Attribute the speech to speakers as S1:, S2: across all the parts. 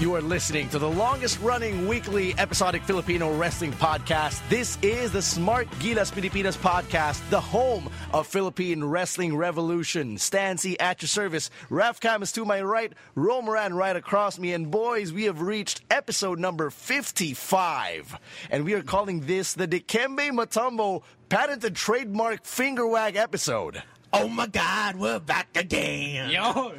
S1: You are listening to the longest running weekly episodic Filipino wrestling podcast. This is the Smart Gilas Pilipinas podcast, the home of Philippine wrestling revolution. Stancy at your service. Raf Cam is to my right, Romaran right across me. And boys, we have reached episode number 55. And we are calling this the Dikembe Matumbo patented trademark finger wag episode.
S2: Oh my God, we're back again.
S3: Yo!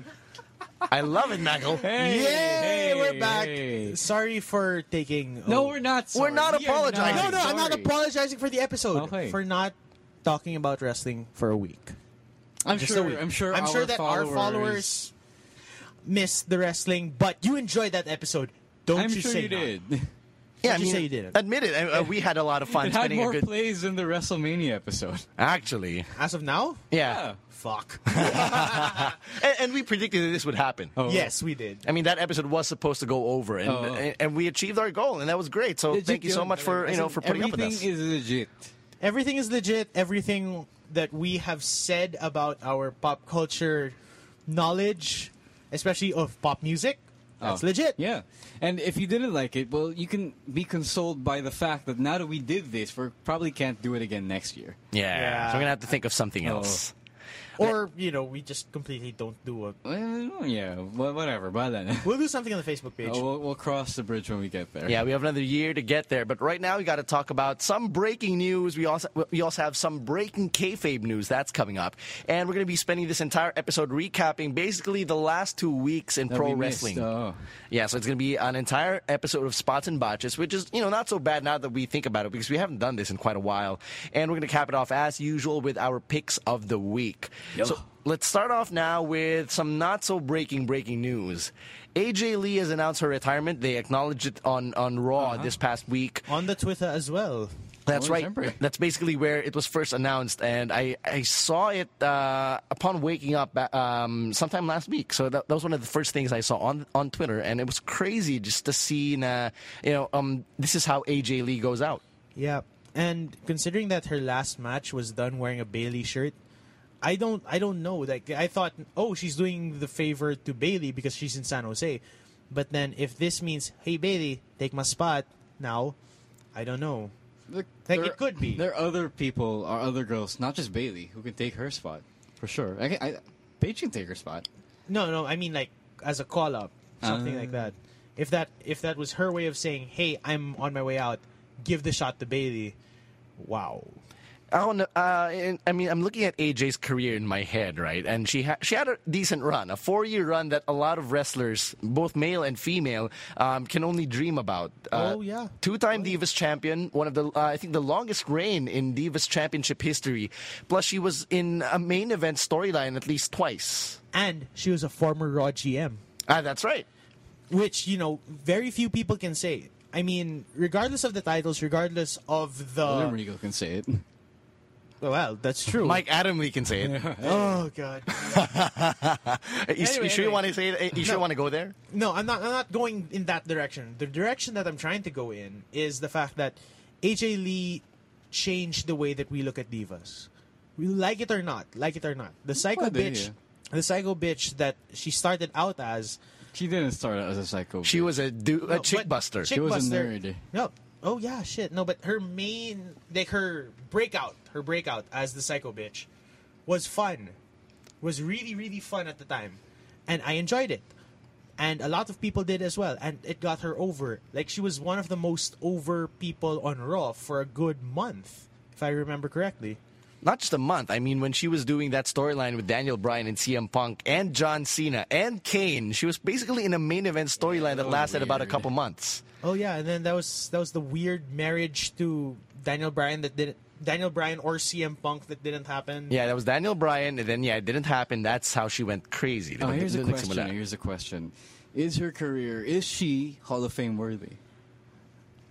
S1: I love it, Michael.
S3: Hey,
S2: Yay,
S3: hey,
S2: we're back.
S3: hey.
S2: Sorry for taking.
S3: No,
S2: oh.
S3: we're not. Sorry.
S1: We're not
S3: We are
S1: apologizing.
S2: No, no, I'm not
S3: sorry.
S2: apologizing for the episode.
S3: Okay.
S2: For not talking about wrestling for a week.
S3: I'm
S2: Just a
S3: sure.
S2: week.
S3: I'm sure.
S2: I'm
S3: our
S2: sure that
S3: followers,
S2: our followers missed the wrestling, but you enjoyed that episode. Don't
S3: I'm
S2: you
S3: sure
S2: say
S3: you
S2: not.
S3: did.
S1: Yeah,
S2: What'd you say you did?
S1: Admit it. I- uh, we had a lot of fun
S3: It had
S1: spending
S3: more
S1: a good.
S3: plays than the WrestleMania episode.
S1: Actually,
S2: As of now,
S1: yeah,
S2: fuck.
S1: And, and we predicted that this would happen.
S3: Oh.
S2: yes, we did.
S1: I mean, that episode was supposed to go over, and, and and we achieved our goal, and that was great. So
S3: Legit
S1: thank you so
S3: yun.
S1: much for you know for putting up with
S3: Everything
S1: us.
S3: is legit.
S2: Everything is legit. Everything that we have said about our pop culture knowledge, especially of pop music, that's
S3: Oh.
S2: legit.
S3: Yeah. And if you didn't like it, well, you can be consoled by the fact that now that we did this, we probably can't do it again next year.
S1: yeah.
S2: Yeah.
S1: so we're gonna have to think of something else.
S2: Or, you know, we just completely don't do a.
S3: Well, yeah. wha- Whatever. By then,
S2: We'll do something on the Facebook page.
S3: Oh, we'll, we'll cross the bridge when we get there.
S1: Yeah, we have another year to get there, but right now we got to talk about some breaking news. We also we also have some breaking kayfabe news that's coming up, and we're going to be spending this entire episode recapping basically the last two weeks in
S3: That
S1: pro
S3: we missed,
S1: wrestling.
S3: oh.
S1: uh. Yeah, so it's going to be an entire episode of Spots and Botches, which is you know not so bad now that we think about it because we haven't done this in quite a while, and we're going to cap it off as usual with our picks of the week. So let's start off now with some not so breaking breaking news. AJ Lee has announced her retirement. They acknowledged it on on Raw this past week.
S2: on the Twitter as well.
S1: That's
S3: Oh,
S1: right.
S3: remember.
S1: That's basically where it was first announced, and I, I saw it uh, upon waking up uh, um, sometime last week. So that, that was one of the first things I saw on on Twitter, and it was crazy just to see, uh, you know, um, this is how AJ Lee goes out.
S2: Yeah, and considering that her last match was done wearing a Bailey shirt, I don't, I don't know. Like I thought, oh, she's doing the favor to Bailey because she's in San Jose, but then if this means, hey Bailey, take my spot now, I don't know.
S3: There-
S2: Like,
S3: there-
S2: it could be.
S3: There are other people, or other girls, not just Bailey, who can take her spot for sure. I, can- I, Paige can take her spot.
S2: No, no, I mean like as a call up, something like that. If that, if that was her way of saying, hey, I'm on my way out, give the shot to Bailey. Wow.
S1: I don't know. Uh, and- I mean, I'm looking at AJ's career in my head, right? And she ha- she had a decent run, a four year run that a lot of wrestlers, both male and female, um, can only dream about.
S2: Oh, yeah.
S1: two time Divas champion, one of the uh, I think the longest reign in Divas championship history. Plus, she was in a main event storyline at least twice.
S2: And she was a former Raw GM.
S1: Ah, that's right.
S2: which you know very few people can say. I mean, regardless of the titles, regardless of
S3: Other
S2: the
S3: Regal can say it.
S2: well, that's true.
S1: Mike Adam, we can say it. Uh,
S2: oh god,
S1: you, you
S2: Anyway,
S1: sure you
S2: anyway.
S1: want to say it? Uh, You sure
S2: No.
S1: you want to go there?
S2: no, I'm not. I'm not going in that direction. The direction that I'm trying to go in is the fact that AJ Lee changed the way that we look at divas. We like it or not, like it or not, the psycho
S3: Pwede,
S2: bitch,
S3: yeah.
S2: the psycho bitch that she started out as
S3: She didn't start out as a psycho.
S1: She
S3: bitch.
S1: was a, du- a
S2: No,
S1: chick
S2: but
S1: buster.
S2: chick
S3: She was a
S2: buster-
S3: nerd.
S2: No. Oh yeah, shit. No, but her main, like her breakout, her breakout as the psycho bitch, was fun. Was really really fun at the time, and I enjoyed it, and a lot of people did as well, and it got her over. Like she was one of the most over people on Raw for a good month, if I remember correctly.
S1: not just a month. I mean, when she was doing that storyline with Daniel Bryan and CM Punk and John Cena and Kane, she was basically in a main event storyline that
S3: was
S1: lasted about a
S3: weird.
S1: couple months.
S2: Oh yeah, and then that was that was the weird marriage to Daniel Bryan that didn't Daniel Bryan or CM Punk that didn't happen.
S1: Yeah, that was Daniel Bryan, and then yeah, it didn't happen. That's how she went crazy.
S3: Oh,
S1: Like,
S3: here's a
S1: like some of
S3: question.
S1: that.
S3: Here's a question. Is her career, is she Hall of Fame worthy?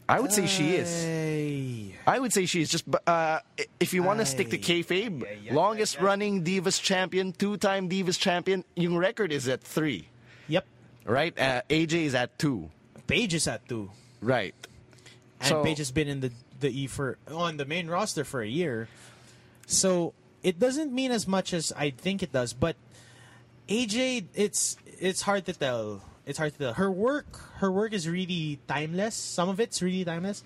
S1: I would say she is.
S2: Ay.
S1: I would say she is. Just but, uh, i- if you want to stick to kayfabe,
S2: yeah,
S1: longest
S2: yeah, yeah.
S1: running Divas champion, two-time Divas champion. Yung record is at three,
S2: Yep.
S1: right? Uh, AJ is at two,
S2: Paige is at two.
S1: right?
S2: And
S1: So-
S2: Paige has been in the the E for on the main roster for a year. So it doesn't mean as much as I think it does, but AJ it's it's hard to tell. It's hard to tell. Her work her work is really timeless. Some of it's really timeless.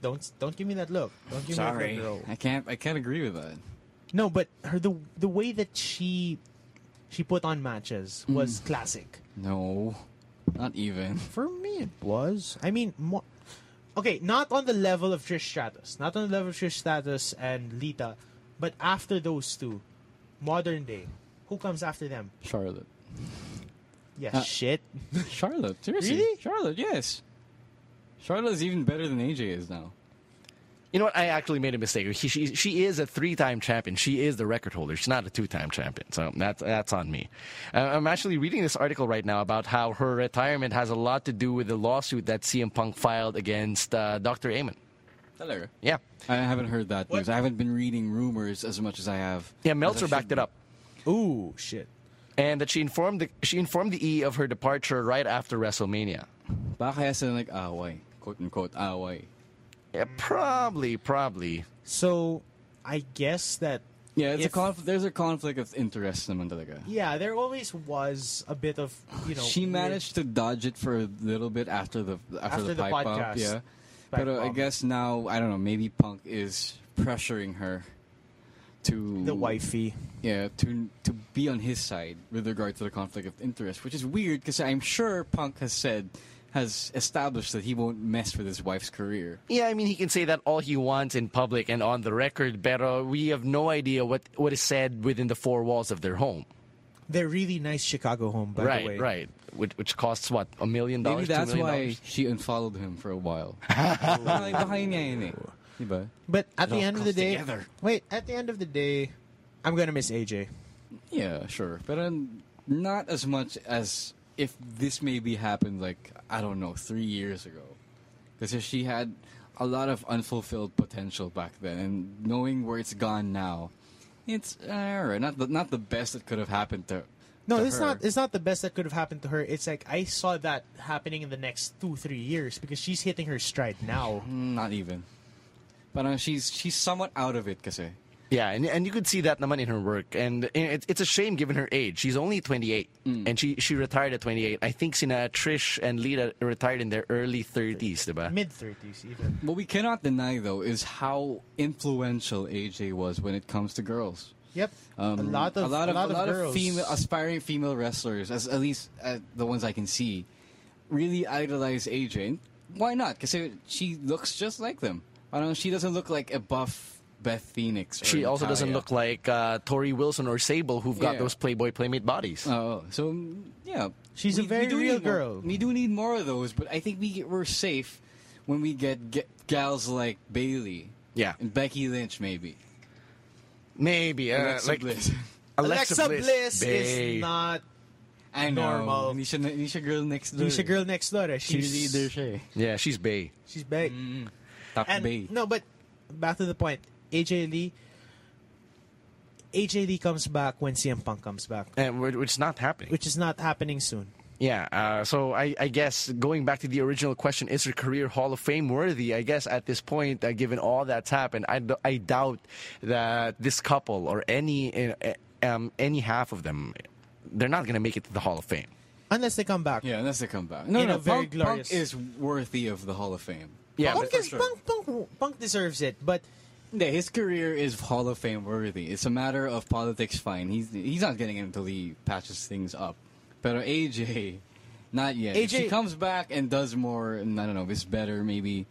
S2: Don't don't give me that look. Don't give me that look. girl.
S3: I can't. I can't agree with that.
S2: No, but her the the way that she she put on matches was classic.
S3: No, not even.
S2: For me, it was. I mean, mo- okay, not on the level of Trish Stratus, not on the level of Trish Stratus and Lita, but after those two, modern day, who comes after them?
S3: Charlotte.
S2: Yeah, shit.
S3: Charlotte. Seriously.
S2: Really?
S3: Charlotte. Yes. Charlotte is even better than AJ is now.
S1: You know what? I actually made a mistake. She, she, she is a three-time champion. She is the record holder. She's not a two-time champion. So that's that's on me. Uh, I'm actually reading this article right now about how her retirement has a lot to do with the lawsuit that CM Punk filed against uh, Dr. Amon.
S3: Hello.
S1: Yeah,
S3: I haven't heard that
S2: What?
S3: news. I haven't been reading rumors as much as I have.
S1: yeah.
S3: as I
S1: Meltzer
S3: should
S1: backed it
S3: be.
S1: up,
S2: Ooh, shit.
S1: and that she informed the, she informed the E of her departure right after WrestleMania.
S3: Baka kaya sila nag-away? Quote unquote away.
S1: Yeah, probably, probably.
S2: So, I guess that.
S3: Yeah, it's
S2: if-
S3: a conf- there's a conflict of interest naman talaga.
S2: Yeah, there always was a bit of you know.
S3: she
S2: weird-
S3: managed to dodge it for a little bit after the after,
S2: After
S3: the
S2: the
S3: pipe
S2: podcast.
S3: up, yeah.
S2: Pipe
S3: but uh, I
S2: bomb.
S3: guess now I don't know. Maybe Punk is pressuring her to
S2: the wifey.
S3: yeah, to to be on his side with regard to the conflict of interest, which is weird because I'm sure Punk has said has established that he won't mess with his wife's career.
S1: Yeah, I mean, he can say that all he wants in public and on the record, but uh, we have no idea what, what is said within the four walls of their home.
S2: They're really nice Chicago home, by
S1: right,
S2: the way.
S1: right. Which, which costs what a million
S3: Maybe
S1: dollars. two
S3: that's
S1: million
S3: why
S1: dollars?
S3: she unfollowed him for a while. Baka- baka yun nga yun eh. Diba?
S2: But at the
S3: all
S2: end of the
S3: comes
S2: day,
S3: together.
S2: wait. At the end of the day, I'm gonna miss AJ.
S3: Yeah, sure, but um, not as much as if this maybe happened like I don't know three years ago, because she had a lot of unfulfilled potential back then, and knowing where it's gone now, it's uh, alright, not the, not the best that could have happened to.
S2: No,
S3: to
S2: it's
S3: her.
S2: not. It's not the best that could have happened to her. It's like I saw that happening in the next two, three years because she's hitting her stride now.
S3: Mm, not even. But uh, she's she's somewhat out of it, eh, kasi.
S1: Yeah, and, and you could see that naman in her work, and it, it's a shame given her age. She's only 28,
S2: Mm.
S1: and she, she retired at 28. I think Sina Trish and Lita retired in their early 30s, diba?
S2: Mid thirties, even.
S3: What we cannot deny though is how influential AJ was when it comes to girls. Um,
S2: Yep. a lot of
S3: a lot of, a lot of
S2: girls.
S3: female aspiring female wrestlers, as at least uh, the ones I can see, really idolize AJ. And Why not? Because she looks just like them. I don't. know, She doesn't look like a buff Beth Phoenix. Or
S1: She also doesn't
S3: Natalya.
S1: look like uh, Tori Wilson or Sable, who've got
S3: Yeah.
S1: those Playboy Playmate bodies.
S2: Uh,
S3: Oh, so mm, yeah,
S2: She's a very
S3: do
S2: real
S3: need more-
S2: girl.
S3: we do need more of those, but I think we get, we're safe when we get, get gals like Bailey,
S1: Yeah.
S3: and Becky Lynch maybe.
S1: Maybe. Uh,
S3: Alexa
S1: like,
S3: Bliss.
S2: Alexa, Bliss,
S1: babe.
S2: is not.
S3: I know.
S2: Normal.
S3: Nisha, Nisha girl next door.
S2: She's a girl next door. eh? She's
S3: Cheerleader Mm, siya. eh.
S1: Yeah, she's Bay.
S2: She's back.
S3: Top
S2: And
S3: bay.
S2: no, but back to the point. AJ Lee. AJ Lee comes back when CM Punk comes back,
S1: And which which is not happening.
S2: which is not happening soon.
S1: Yeah, uh, so I, I guess going back to the original question, is her career Hall of Fame worthy? I guess at this point, uh, given all that's happened, I, d- I doubt that this couple or any uh, um, any half of them, they're not going to make it to the Hall of Fame.
S2: Unless they come back.
S3: Yeah, that's the comeback. No,
S2: In
S3: no,
S2: a very
S3: Punk,
S2: glorious-
S3: Punk is worthy of the Hall of Fame.
S1: Yeah,
S2: Punk,
S1: but-
S2: is, Punk, Punk, Punk deserves it, but
S3: Yeah, his career is Hall of Fame worthy. It's a matter of politics. Fine, he's he's not getting in until he patches things up. But AJ, not yet. if
S2: AJ
S3: she comes back and does more, and I don't know, if it's better, maybe.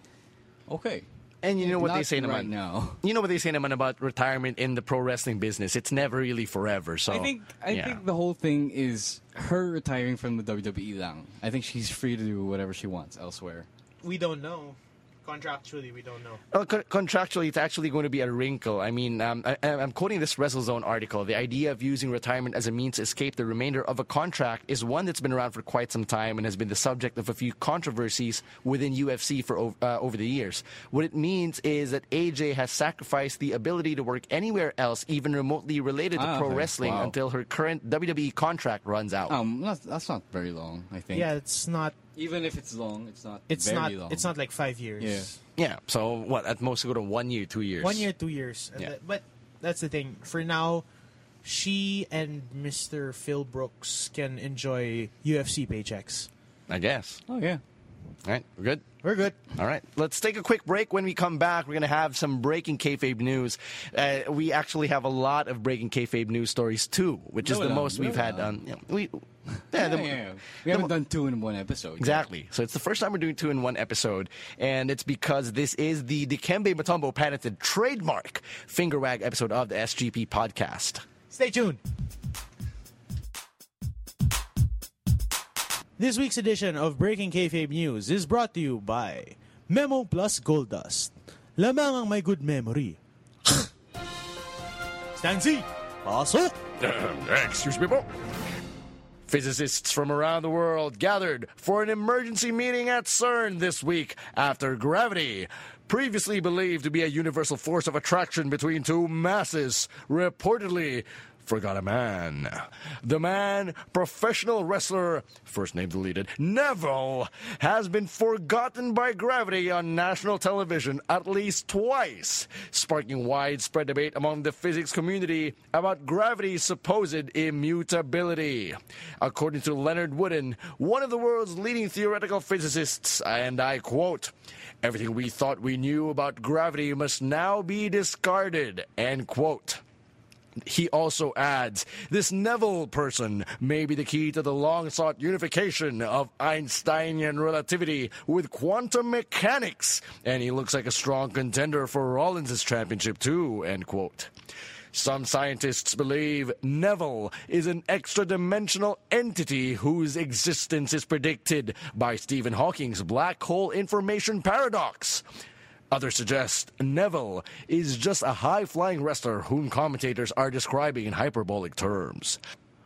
S3: Okay,
S1: and you know what they
S3: Not
S1: say
S3: right
S1: naman-
S3: now.
S1: You know what they say naman about retirement in the pro wrestling business. It's never really forever. So
S3: I think I
S1: yeah.
S3: think the whole thing is her E retiring from the WWE. Lang, I think she's free to do whatever she wants elsewhere.
S2: we don't know. Contractually, we don't know.
S1: Well, co- Uh, contractually, it's actually going to be a wrinkle. I mean, um, I, I'm quoting this WrestleZone article. The idea of using retirement as a means to escape the remainder of a contract is one that's been around for quite some time and has been the subject of a few controversies within UFC for o- uh, over the years. What it means is that AJ has sacrificed the ability to work anywhere else, even remotely related to
S3: Ah,
S1: pro
S3: okay.
S1: wrestling,
S3: Wow.
S1: until her current WWE contract runs out.
S3: Um, that's, that's not very long, I think.
S2: Yeah, it's not.
S3: Even if it's long, it's not.
S2: It's
S3: very
S2: not.
S3: long.
S2: It's not like five years.
S3: Yeah.
S1: Yeah. So what? At most, go to one year, two years.
S2: One year, two years. And
S1: Yeah.
S2: that- but that's the thing. For now, she and Mr. Phil Brooks can enjoy UFC paychecks.
S1: I guess.
S3: Oh yeah.
S1: All right. We're good.
S2: We're good.
S1: All right, let's take a quick break. When we come back, we're going to have some breaking kayfabe news. Uh, we actually have a lot of breaking kayfabe news stories too, which is
S3: No,
S1: the
S3: no,
S1: most
S3: no,
S1: we've had
S3: no.
S1: on. yeah, we, yeah, the-
S3: Yeah, yeah, yeah. We haven't done two in one episode.
S1: Exactly. So it's the first time we're doing two in one episode, and it's because this is the Dikembe Matumbo patented trademark finger wag episode of the SGP podcast.
S2: Stay tuned. This week's edition of Breaking Kayfabe News is brought to you by Memo Plus Gold Dust. Lamang ang may good memory. Stancy, pasok!
S1: Excuse me, bro. Physicists from around the world gathered for an emergency meeting at CERN this week after gravity, previously believed to be a universal force of attraction between two masses, reportedly forgot a man. The man, professional wrestler, first name deleted, Neville, has been forgotten by gravity on national television at least twice, sparking widespread debate among the physics community about gravity's supposed immutability. According to Leonard Wooden, one of the world's leading theoretical physicists, and I quote, Everything we thought we knew about gravity must now be discarded, end quote. He also adds, this Neville person may be the key to the long sought unification of Einsteinian relativity with quantum mechanics, and he looks like a strong contender for Rollins' championship, too. End quote. Some scientists believe Neville is an extra dimensional entity whose existence is predicted by Stephen Hawking's black hole information paradox. Others suggest Neville is just a high flying wrestler whom commentators are describing in hyperbolic terms.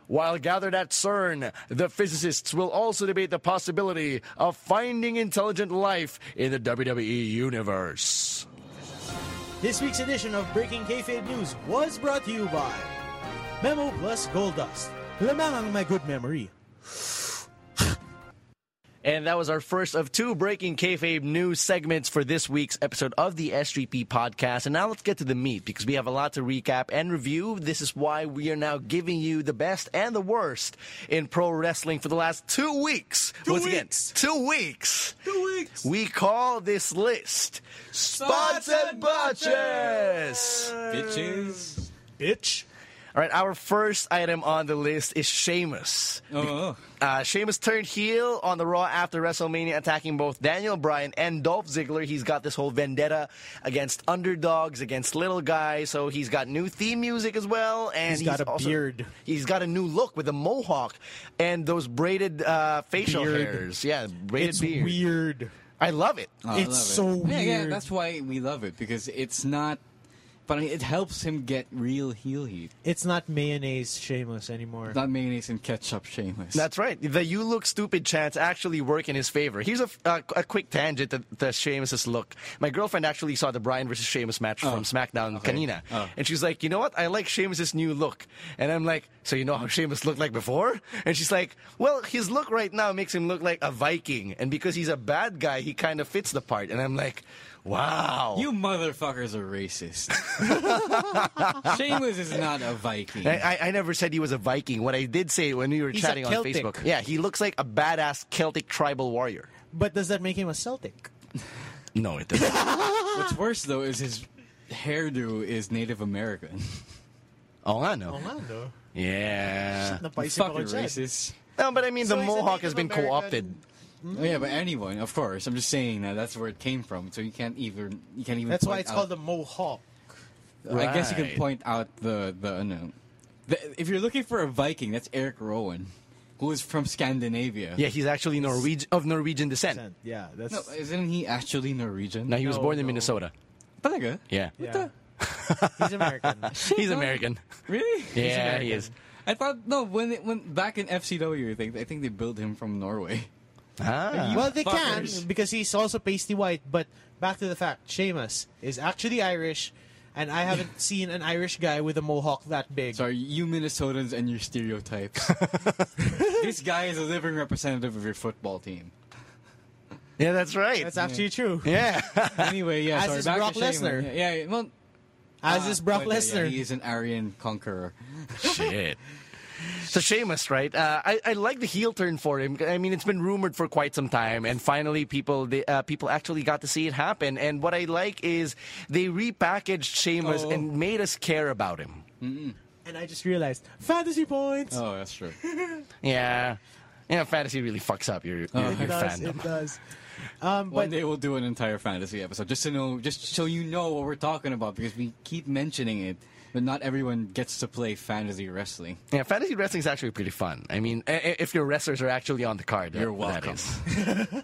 S1: While gathered at CERN, the physicists will also debate the possibility of finding intelligent life in the WWE universe.
S2: This week's edition of Breaking Kayfabe News was brought to you by Memo Plus Gold Dust. Lamang ang may good memory.
S1: And that was our first of two breaking kayfabe news segments for this week's episode of the SGP podcast. And now let's get to the meat because we have a lot to recap and review. This is why we are now giving you the best and the worst in pro wrestling for the last two weeks. Two Once
S2: weeks.
S1: again, two weeks.
S2: Two weeks.
S1: We call this list Sponsored Botches.
S3: Bitches.
S2: Bitch.
S1: All right, our first item on the list is Sheamus.
S3: Oh.
S1: Uh, Sheamus turned heel on the Raw after WrestleMania, attacking both Daniel Bryan and Dolph Ziggler. He's got this whole vendetta against underdogs, against little guys. So he's got new theme music as well, and
S2: He's got a
S1: also-
S2: beard.
S1: He's got a new look with a mohawk and those braided uh, facial
S2: Beard.
S1: hairs. Yeah, braided
S2: It's
S1: beard.
S2: weird.
S1: I love it.
S3: Oh, I
S2: It's
S3: love it.
S2: so
S3: Yeah, yeah,
S2: weird.
S3: that's why we love it because it's not. But it helps him get real heel heat.
S2: It's not mayonnaise shameless anymore.
S3: Not mayonnaise and ketchup, Seamus.
S1: That's right. The "you look stupid" chants actually work in his favor. Here's a, f- a- a quick tangent to, to Sheamus's look. My girlfriend actually saw the Bryan versus Sheamus match from SmackDown Canina, and she's like, "You know what? I like Sheamus's new look." And I'm like, "So you know how Sheamus looked like before?" And she's like, "Well, his look right now makes him look like a Viking, and because he's a bad guy, he kind of fits the part." And I'm like, "Wow."
S3: You motherfuckers are racist. Seamus is not a Viking.
S1: I, I, I never said he was a Viking. What I did say when we were
S2: a
S1: chatting on
S2: Celtic.
S1: Facebook, yeah, he looks like a badass Celtic tribal warrior.
S2: But does that make him a Celtic?
S1: No, it doesn't.
S3: What's worse though is his hairdo is Native American.
S1: Oh, I know.
S2: no.
S1: Yeah.
S3: Fucking Uh, racist.
S1: No, but I mean,
S2: So
S1: the
S2: he's a
S1: mohawk has
S2: Native
S1: been
S2: American-
S1: co-opted.
S2: Hmm?
S3: Oh, yeah, but anyone, of course. I'm just saying that that's where it came from. So you can't even you can't even.
S2: That's why
S3: point
S2: it's
S3: out-
S2: called a mohawk.
S3: I guess you
S1: Right.
S3: can point out the the no. The, if you're looking for a Viking, that's Eric Rowan. who is from Scandinavia.
S1: Yeah, he's actually Norwegian of Norwegian descent.
S2: Yeah, that's
S3: No, isn't he actually Norwegian?
S1: Now he was
S2: No,
S1: born in
S2: no.
S1: Minnesota.
S3: Talaga?
S1: Yeah,
S2: yeah. He's American.
S1: he's American.
S3: Really?
S1: Yeah, he is.
S3: I thought no when it, when back in FCW, I think I think they built him from Norway.
S1: Ah.
S2: well, they
S3: fuckers.
S2: can because he's also pasty white. But back to the fact, Seamus is actually Irish, and I haven't seen an Irish guy with a mohawk that big.
S3: Sorry, you Minnesotans and your stereotypes. this guy is a living representative of your football team.
S1: Yeah, that's right.
S2: That's actually true.
S1: yeah.
S3: Anyway, yeah,
S2: As
S3: sorry,
S2: is
S3: back
S2: Brock
S3: to Shaman.
S2: Lesnar.
S3: Yeah, yeah, well,
S2: As is Brock
S3: wait, yeah,
S2: Lesnar.
S3: he is an Aryan conqueror.
S1: Shit. So Sheamus, right? Uh, I, I like the heel turn for him. I mean, it's been rumored for quite some time, and finally, people they, uh, people actually got to see it happen. And what I like is they repackaged Sheamus
S3: Oh.
S1: and made us care about him.
S2: and I just realized fantasy points.
S3: Oh, that's true.
S1: Yeah, yeah. Fantasy really fucks up your your, your
S2: Oh, it does.
S1: fandom.
S2: It does. Um,
S3: One
S2: but
S3: day we'll do an entire fantasy episode just to know, just so you know what we're talking about because we keep mentioning it, but not everyone gets to play fantasy wrestling.
S1: Yeah, fantasy wrestling is actually pretty fun. I mean, i- i- if your wrestlers are actually on the card,
S3: You're
S1: that
S3: welcome.
S1: is.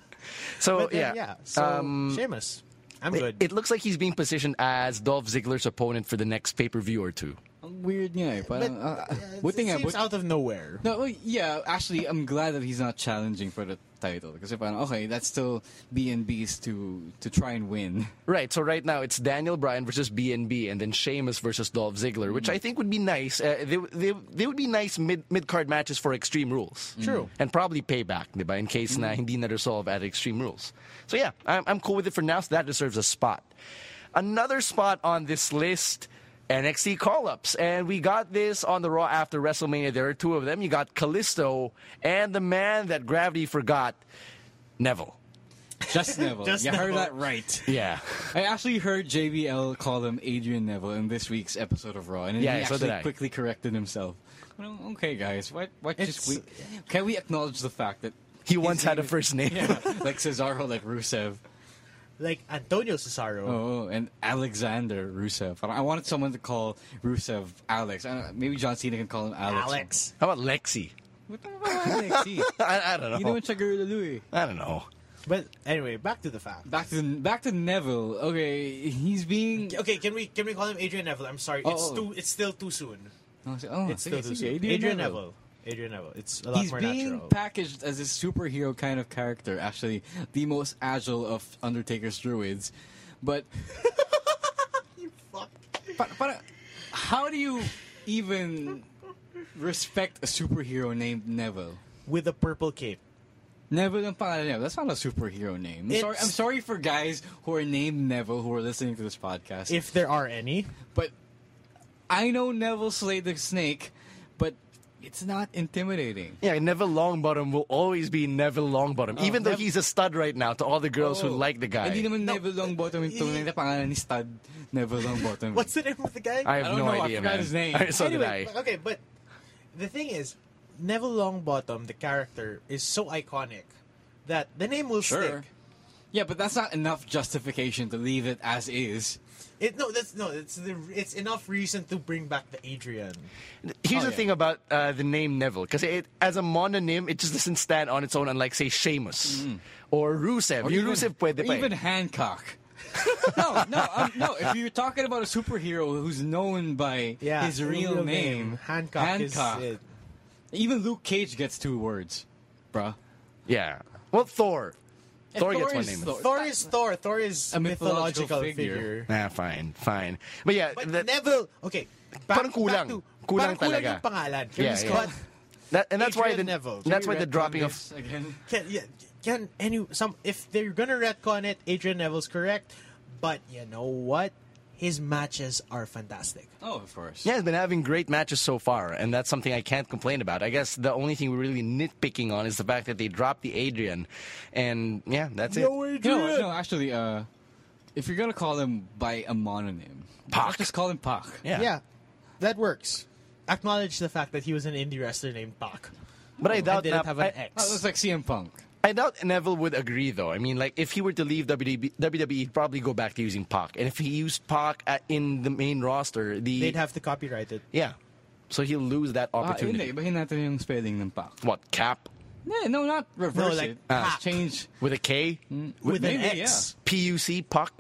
S1: so
S2: but
S1: yeah,
S2: yeah, yeah. So Seamus, I'm good.
S1: It, it looks like he's being positioned as Dolph Ziggler's opponent for the next pay per view or two.
S3: Weird, yeah. But,
S2: but
S3: uh,
S2: uh,
S3: uh,
S2: it
S3: good thing I
S2: seems
S3: would-
S2: out of nowhere.
S3: No, well, yeah. Actually, I'm glad that he's not challenging for the title because if I'm okay, that's still B and B's to to try and win.
S1: Right. So right now it's Daniel Bryan versus BNB, and then Sheamus versus Dolph Ziggler, which I think would be nice. Uh, they, they, they would be nice mid mid card matches for Extreme Rules.
S2: True.
S1: And probably payback, diba? In case na hindi na resolve at Extreme Rules. So yeah, I'm I'm cool with it for now. So that deserves a spot. Another spot on this list. NXT call ups. And we got this on the Raw after WrestleMania. There are two of them. You got Callisto and the man that gravity forgot, Neville.
S3: Just Neville.
S2: Just
S3: you heard
S2: Neville.
S3: that right.
S1: Yeah.
S3: I actually heard JBL call him Adrian Neville in this week's episode of Raw, and then
S1: Yeah,
S3: he
S1: so
S3: actually
S1: did I.
S3: quickly corrected himself. Well, okay, guys, what what just
S2: It's-
S3: we can we acknowledge the fact that
S1: He
S3: his
S1: once had a
S3: name
S1: first name.
S3: is- yeah, like Cesaro, like Rusev,
S2: Like Antonio Cesaro.
S3: oh, and Alexander Rusev. I I wanted someone to call Rusev Alex. I don't, maybe John Cena can call him Alex.
S2: Alex.
S1: How about Lexi?
S3: What the fuck, Alex?
S1: I, I don't know.
S3: You know what Chagurla Louis?
S1: I don't know.
S2: But anyway, back to the fact.
S3: Back to back to Neville. Okay, he's being.
S2: Okay, can we can we call him Adrian Neville? I'm sorry, it's
S3: Oh.
S2: too it's still too soon.
S3: Oh, oh,
S2: It's
S3: sige,
S2: still too
S3: sige,
S2: soon. Adrian, Neville. Adrian Neville. It's a lot
S3: He's
S2: more
S3: being
S2: natural.
S3: packaged as a superhero kind of character, actually the most agile of Undertaker's druids. But
S2: Fuck.
S3: but, but how do you even respect a superhero named Neville?
S2: With a purple cape.
S3: Neville ang pangalan niya. That's not a superhero name. I'm sorry,
S2: It's-
S3: I'm sorry for guys who are named Neville who are listening to this podcast.
S2: If there are any.
S3: But I know Neville slayed the snake, but it's not intimidating.
S1: Yeah, Neville Longbottom will always be Neville Longbottom, even though he's a stud right now to all the girls
S3: Oh.
S1: who like the guy.
S3: Hindi naman Neville Longbottom yung tunay na pangalan ni Stud Neville Longbottom.
S2: What's the name of the guy?
S1: I have
S3: I don't
S1: no
S3: know, I
S1: idea,
S3: forgot
S1: man.
S3: his name.
S1: so
S2: anyway,
S1: did
S2: but- okay, but the thing is, Neville Longbottom, the character, is so iconic that the name will
S3: Sure.
S2: stick.
S3: Yeah, but that's not enough justification to leave it as is.
S2: It no, that's no, it's the it's enough reason to bring back the Adrian.
S1: I. Here's
S3: Oh,
S1: the
S3: yeah.
S1: thing about uh, the name Neville, because it, as a mononym, it just doesn't stand on its own, unlike, say, Seamus or Rusev. you Rusev pwede pa
S3: or
S1: eh.
S3: even Hancock. no, no, um, no. If you're talking about a superhero who's known by
S2: Yeah,
S3: his real, name,
S2: Hancock,
S3: Hancock.
S2: is it.
S3: Even Luke Cage gets two words, bruh.
S1: Yeah. Well, Thor. Thor,
S3: Thor
S1: gets one
S3: is
S1: name.
S3: Thor.
S2: Thor is Thor. Thor is
S3: A
S2: a
S3: mythological
S2: mythological,
S3: figure.
S2: figure.
S1: Ah, fine, fine. But yeah,
S2: But
S1: that-
S2: Neville, okay.
S1: Parang kulang. Kulang
S2: parang kulang
S1: talaga.
S2: yung pangalan.
S1: Yeah, yeah.
S2: But
S1: that- and that's why the
S2: Adrian Neville.
S1: that's
S3: Can
S1: why
S3: we
S1: the
S3: retcon
S1: dropping of
S3: this again.
S2: can, yeah, can any some if they're gonna retcon it, Adrian Neville's correct. But you know what? His matches are fantastic.
S3: Oh, of course.
S1: Yeah, he's been having great matches so far, and that's something I can't complain about. I guess the only thing we're really nitpicking on is the fact that they dropped the Adrian, and yeah, that's it.
S3: You know what? no, actually, uh, if you're gonna call him by a mononym,
S1: Pac.
S3: just call him Pac.
S1: Yeah.
S2: Yeah, that works. Acknowledge the fact that he was an indie wrestler named Pac.
S1: but I doubt
S2: didn't
S1: that.
S2: have an
S1: I,
S3: Oh, that's
S2: X.
S3: like CM Punk.
S1: I doubt Neville would agree, though. I mean, like if he were to leave WWE, WWE, E, he'd probably go back to using Pac, and if he used Pac at, in the main roster, the
S2: They'd have to copyright it.
S1: yeah. So he'll lose that
S3: Ah, hindi.
S1: opportunity.
S3: Ibahin natin yung spelling ng pack.
S1: what, cap?
S3: No, no, not reverse
S2: No, like,
S3: it.
S2: Ah.
S3: Just change
S1: With a K?
S3: Mm.
S2: With an
S3: Maybe,
S2: X.
S1: P-U-C, puck?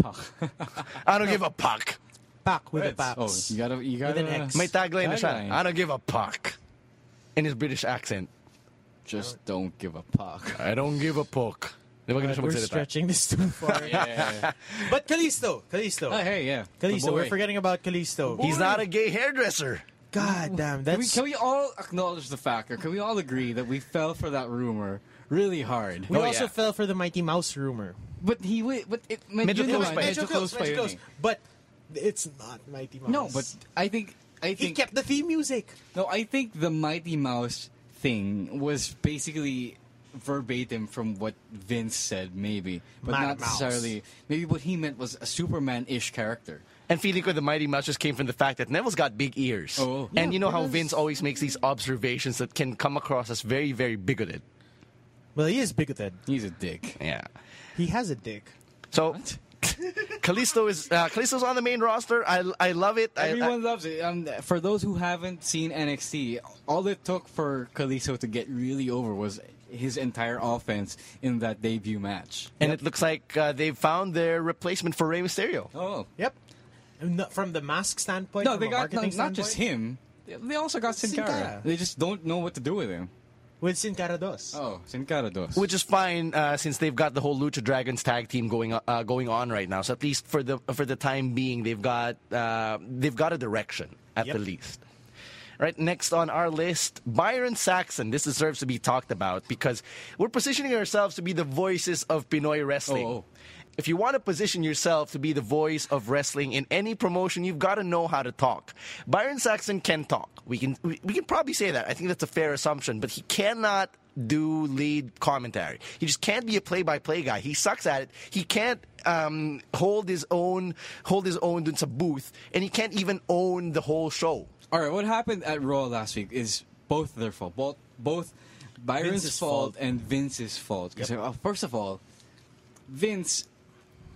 S3: pack.
S1: I don't give a puck.
S2: Pack with a
S3: Reds.
S2: pack.
S3: Oh, you gotta, you gotta.
S2: With an X.
S1: May tagline na siya.
S3: Tagline.
S1: I don't give a puck. In his British accent.
S3: Just don't give a puck.
S1: I don't give a puck. Di ba ganun siya
S2: we're
S1: magsalita?
S2: stretching this too far.
S3: Yeah.
S2: But Kalisto, Kalisto.
S3: oh, hey, yeah.
S2: Kalisto,
S3: Boy.
S2: we're forgetting about Kalisto.
S1: He's not a gay hairdresser.
S2: God damn,
S3: Can we,
S2: that's
S3: can we all acknowledge the fact, or can we all agree that we fell for that rumor really hard? Oh,
S2: We also fell for the Mighty Mouse rumor.
S3: But he, wa- but it, medyo,
S1: Medyo
S3: naman,
S1: close pa yun.
S3: medyo close pa
S2: medyo
S3: yun.
S2: close.
S3: eh.
S2: But it's not Mighty Mouse.
S3: No, but I think, I
S2: he
S3: think,
S2: kept the theme music.
S3: no, I think the Mighty Mouse thing was basically verbatim from what Vince said, maybe, but
S2: Mad
S3: not
S2: Mouse.
S3: necessarily. Maybe what he meant was a Superman-ish character.
S1: And feeling with the Mighty Mouse just came from the fact that Neville's got big ears.
S3: Oh.
S1: And you know how
S2: because-
S1: Vince always makes these observations that can come across as very, very bigoted.
S2: Well, he is bigoted.
S3: He's a dick.
S1: Yeah.
S2: He has a dick.
S1: So Kalisto is uh, Kalisto's on the main roster. I, I love it. I- I,
S3: Everyone loves it. Um, for those who haven't seen NXT, all it took for Kalisto to get really over was his entire offense in that debut match.
S1: and it looks like uh, they've found their replacement for Rey Mysterio.
S3: Oh,
S2: Yep. No, from the mask standpoint,
S3: no,
S2: from
S3: they
S2: a
S3: got
S2: marketing
S3: not, not
S2: standpoint,
S3: just him. They- They also got Sin
S2: Sin
S3: Cara.
S2: Cara.
S3: They just don't know what to do with him.
S2: with Sin Cara dos.
S3: Oh, Sin Cara dos.
S1: Which is fine uh, since they've got the whole Lucha Dragons tag team going uh, going on right now. So at least for the for the time being, they've got uh, they've got a direction at
S2: Yep.
S1: the least. Right next on our list, Byron Saxon. This deserves to be talked about because we're positioning ourselves to be the voices of Pinoy wrestling.
S3: Oh, oh.
S1: If you want to position yourself to be the voice of wrestling in any promotion, you've got to know how to talk. Byron Saxon can talk. We can we, we can probably say that. I think that's a fair assumption, but he cannot do lead commentary. He just can't be a play-by-play guy. He sucks at it. He can't um, hold his own hold his own dun sa booth, and he can't even own the whole show.
S3: All right, what happened at Raw last week is both their fault. Both both Byron's
S2: Vince's
S3: fault,
S2: fault.
S3: and Vince's fault. 'Cause, uh, first of all, Vince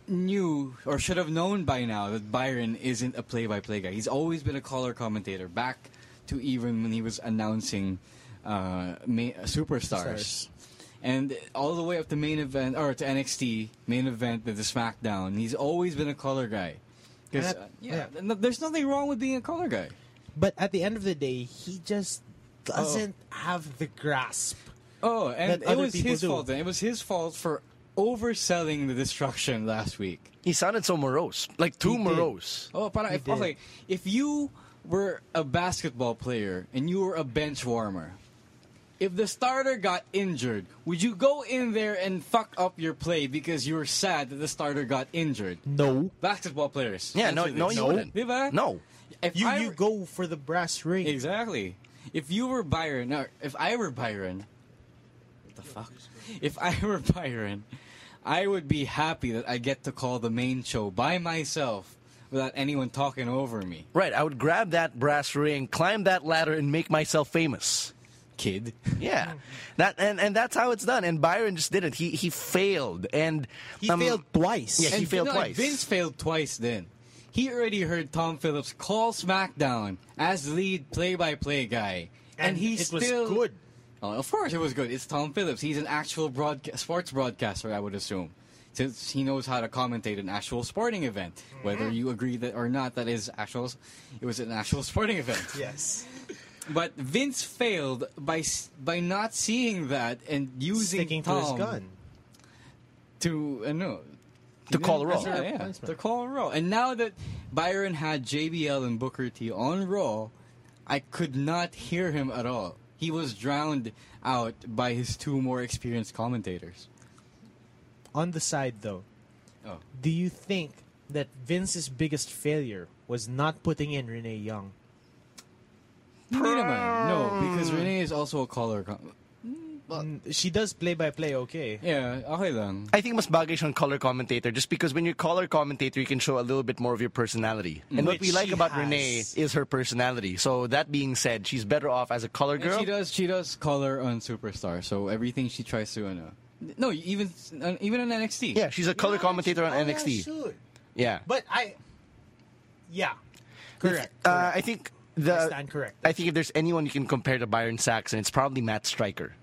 S3: knew or should have known by now that Byron isn't a play-by-play guy. He's always been a caller commentator back to even when he was announcing uh, ma- uh, superstars.
S2: Superstars.
S3: And all the way up to main event or to NXT main event to the SmackDown, he's always been a color guy. 'Cause,
S2: And that-
S3: uh, yeah, no- there's nothing wrong with being a color guy.
S2: But at the end of the day, he just doesn't have the grasp.
S3: Oh, and
S2: that
S3: it
S2: other
S3: was
S2: people
S3: his
S2: do.
S3: fault. Then. It was his fault for overselling the destruction last week.
S1: He sounded so morose, like too
S2: He did.
S1: morose.
S3: Oh, but if,
S2: did.
S3: okay, if you were a basketball player and you were a bench warmer, if the starter got injured, would you go in there and fuck up your play because you were sad that the starter got injured?
S2: No.
S3: Basketball players.
S1: Yeah, no,
S3: answer
S1: no,
S3: this.
S1: you wouldn't.
S3: Diba?
S1: No.
S3: If
S2: You
S3: I
S2: you
S3: were-
S2: go for the brass ring.
S3: Exactly. If you were Byron, or if I were Byron, what the fuck? If I were Byron, I would be happy that I get to call the main show by myself without anyone talking over me,
S1: Right, I would grab that brass ring, climb that ladder, and make myself famous.
S3: kid.
S2: Hmm.
S1: Yeah, that and, and that's how it's done. And Byron just did it. He he failed, and
S2: He
S1: um,
S2: failed twice.
S1: yeah, he-
S3: And,
S1: failed
S3: no,
S1: twice.
S3: Vince failed twice then. He already heard Tom Phillips call SmackDown as lead play-by-play guy, and,
S2: And
S3: he
S2: it was
S3: still
S2: good.
S3: Oh, of course, it was good. It's Tom Phillips. He's an actual broadca- sports broadcaster, I would assume, since he knows how to commentate an actual sporting event. Whether
S2: Mm-hmm.
S3: you agree that or not, that is actual. It was an actual sporting event.
S2: yes.
S3: But Vince failed by s- by not seeing that and using
S2: Sticking
S3: Tom
S2: to his gun.
S3: to uh, no
S1: To call a roll.
S3: Yeah, yeah, to call a roll. And now that Byron had JBL and Booker T on Raw, I could not hear him at all. He was drowned out by his two more experienced commentators.
S2: On the side, though,
S3: Oh.
S2: do you think that Vince's biggest failure was not putting in Renee Young?
S3: Hindi naman. No, because
S1: Hmm.
S3: Renee is also a caller. Com-
S2: Mm, She does play by play okay.
S3: yeah, okay lang.
S1: I think mas bagay siyang color commentator just because when you're color commentator, you can show a little bit more of your personality. And what
S2: Which
S1: we like
S2: she
S1: about
S2: has.
S1: Renee is her personality. So that being said, she's better off as a color
S3: And
S1: girl.
S3: She does. She does color on Superstar, so everything she tries to. Ano, no, even uh, even on NXT.
S1: Yeah, she's a color commentator on
S2: Oh, yeah,
S1: NXT.
S2: shoot.
S1: Yeah,
S2: But I. Yeah. Correct.
S1: Uh, I think the,
S4: I stand corrected.
S1: I think if there's anyone you can compare to Byron Saxon, it's probably Matt Stryker.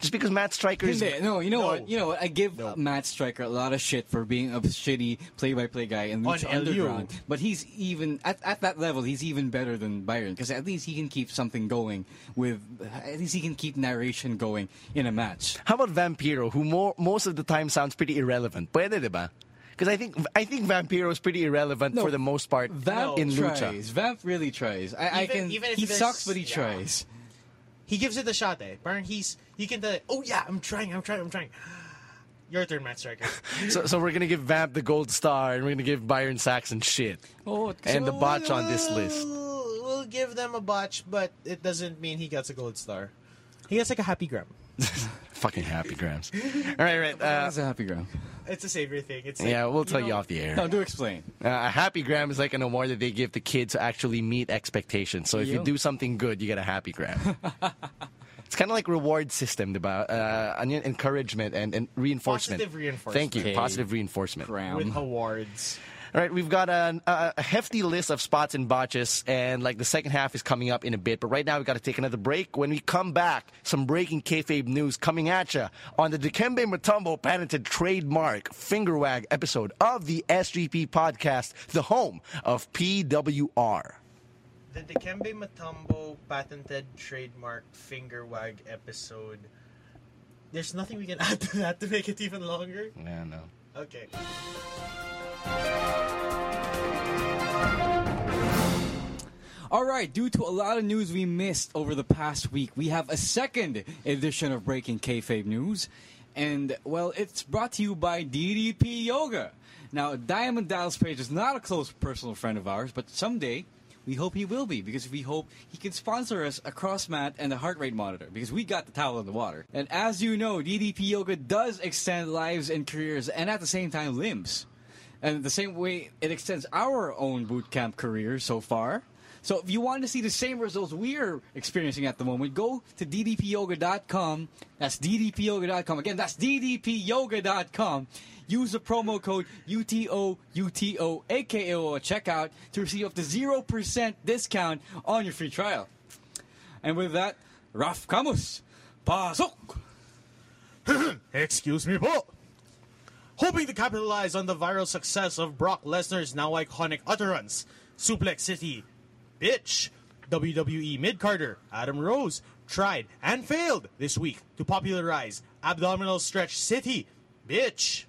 S1: Just because Matt Stryker is
S3: Hindi. No, you know what? You know what? I give Matt Stryker a lot of shit for being a shitty play-by-play guy in Lucha
S4: On LU.
S3: Underground, but he's even at, at that level. He's even better than Byron because at least he can keep something going with. At least he can keep narration going in a match.
S1: How about Vampiro, who more, most of the time sounds pretty irrelevant? Puede, diba? Because I think I think Vampiro is pretty irrelevant for the most part
S3: Vamp
S1: in
S3: tries.
S1: lucha.
S3: Vamp really tries. I, I
S4: Even-
S3: can.
S4: even if
S3: he
S4: there's-
S3: sucks, but he
S4: yeah.
S3: tries.
S4: He gives it a shot, eh? Byron, he's you can tell. Oh yeah, I'm trying. I'm trying. I'm trying. Your turn, Matt Striker.
S1: So, so we're gonna give Vamp the gold star, and we're gonna give Byron Saxon shit.
S3: Oh,
S1: and the
S3: so-
S1: botch on this list.
S4: We'll, we'll give them a botch, but it doesn't mean he gets a gold star. He gets like a happy gram.
S1: Fucking happy grams. All right, right. Uh,
S3: That's a happy gram.
S4: It's a savory thing. It's like,
S1: yeah, we'll tell you
S4: know,
S1: off the air.
S3: No, do explain.
S1: Uh, a happy gram is like an award that they give the kids to actually meet expectations. So if you
S3: Yo.
S1: do something good, you get a happy gram. it's kind of like reward system, diba? Uh, ano yun? encouragement and, and reinforcement.
S4: Positive reinforcement.
S1: Thank you.
S3: Okay.
S1: Positive reinforcement.
S3: Gram.
S4: with awards.
S1: All right, we've got an, a, a hefty list of spots and botches, and like the second half is coming up in a bit. But right now, we've got to take another break. When we come back, some breaking kayfabe news coming at you on the Dikembe Mutombo patented trademark finger wag episode of the SGP podcast, the home of PWR.
S4: The Dikembe Matumbo patented trademark finger wag episode. There's nothing we can add to that to make it even longer.
S1: Yeah, no.
S4: Okay.
S3: All right, due to a lot of news we missed over the past week, we have a second edition of Breaking Kayfabe News. And, well, it's brought to you by DDP Yoga. Now, Diamond Dallas Page is not a close personal friend of ours, but someday we hope he will be because we hope he can sponsor us a cross mat and a heart rate monitor because we got the towel in the water. And as you know, DDP Yoga does extend lives and careers and at the same time limbs. And the same way, it extends our own boot camp career so far. So if you want to see the same results we're experiencing at the moment, go to ddpyoga.com. That's ddpyoga.com. Again, that's ddpyoga.com. Use the promo code UTOUTOAKAO at checkout to receive up to 0% discount on your free trial. And with that, Raf Kamus, pasok!
S4: Excuse me, Paul. Hoping to capitalize on the viral success of Brock Lesnar's now iconic utterance, Suplex City, bitch. WWE mid Carter Adam Rose tried and failed this week to popularize abdominal stretch City, bitch.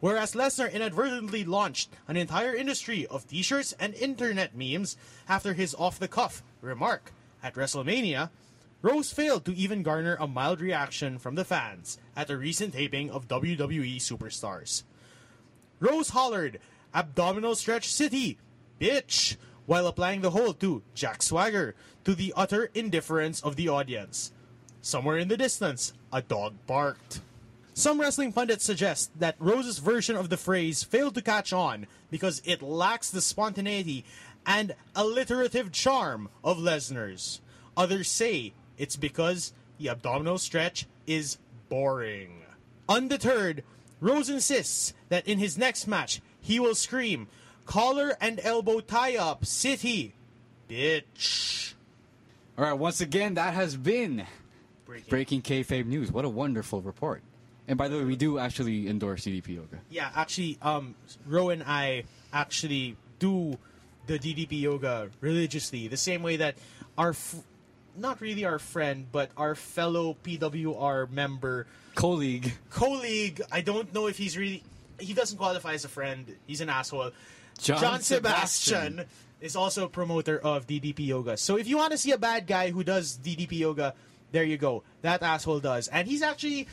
S4: Whereas Lesnar inadvertently launched an entire industry of t shirts and internet memes after his off the cuff remark at WrestleMania, Rose failed to even garner a mild reaction from the fans at a recent taping of WWE Superstars. Rose hollered, Abdominal Stretch City, bitch, while applying the hold to Jack Swagger to the utter indifference of the audience. Somewhere in the distance, a dog barked. Some wrestling pundits suggest that Rose's version of the phrase failed to catch on because it lacks the spontaneity and alliterative charm of Lesnar's. Others say it's because the abdominal stretch is boring. Undeterred, Rose insists that in his next match he will scream, collar and elbow tie up, city, bitch.
S3: All right, once again, that has been
S4: Breaking.
S3: Breaking Kayfabe News. What a wonderful report. And by the way, we do actually endorse CDP Yoga.
S4: Yeah, actually, um, Ro and I actually do the DDP yoga religiously, the same way that our, f- not really our friend, but our fellow PWR member,
S3: Colleague.
S4: colleague. I don't know if he's really. He doesn't qualify as a friend. He's an asshole.
S3: John
S4: Sebastian
S3: Sebastian.
S4: is also a promoter of DDP Yoga. So if you want to see a bad guy who does DDP Yoga, there you go. That asshole does, and he's actually,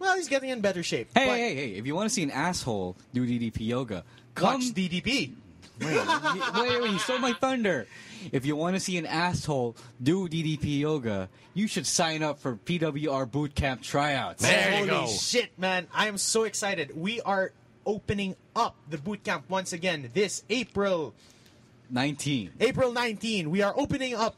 S4: well, he's getting in better shape.
S3: Hey,
S4: But
S3: hey, hey, if you want to see an asshole do DDP Yoga, come.
S4: watch DDP.
S3: wait, wait, wait, you stole my thunder. If you want to see an asshole do DDP Yoga, you should sign up for PWR Boot Camp tryouts.
S1: There you go.
S4: Holy shit, man. I am so excited. We are opening up the boot camp once again this April.
S3: 19.
S4: April 19. We are opening up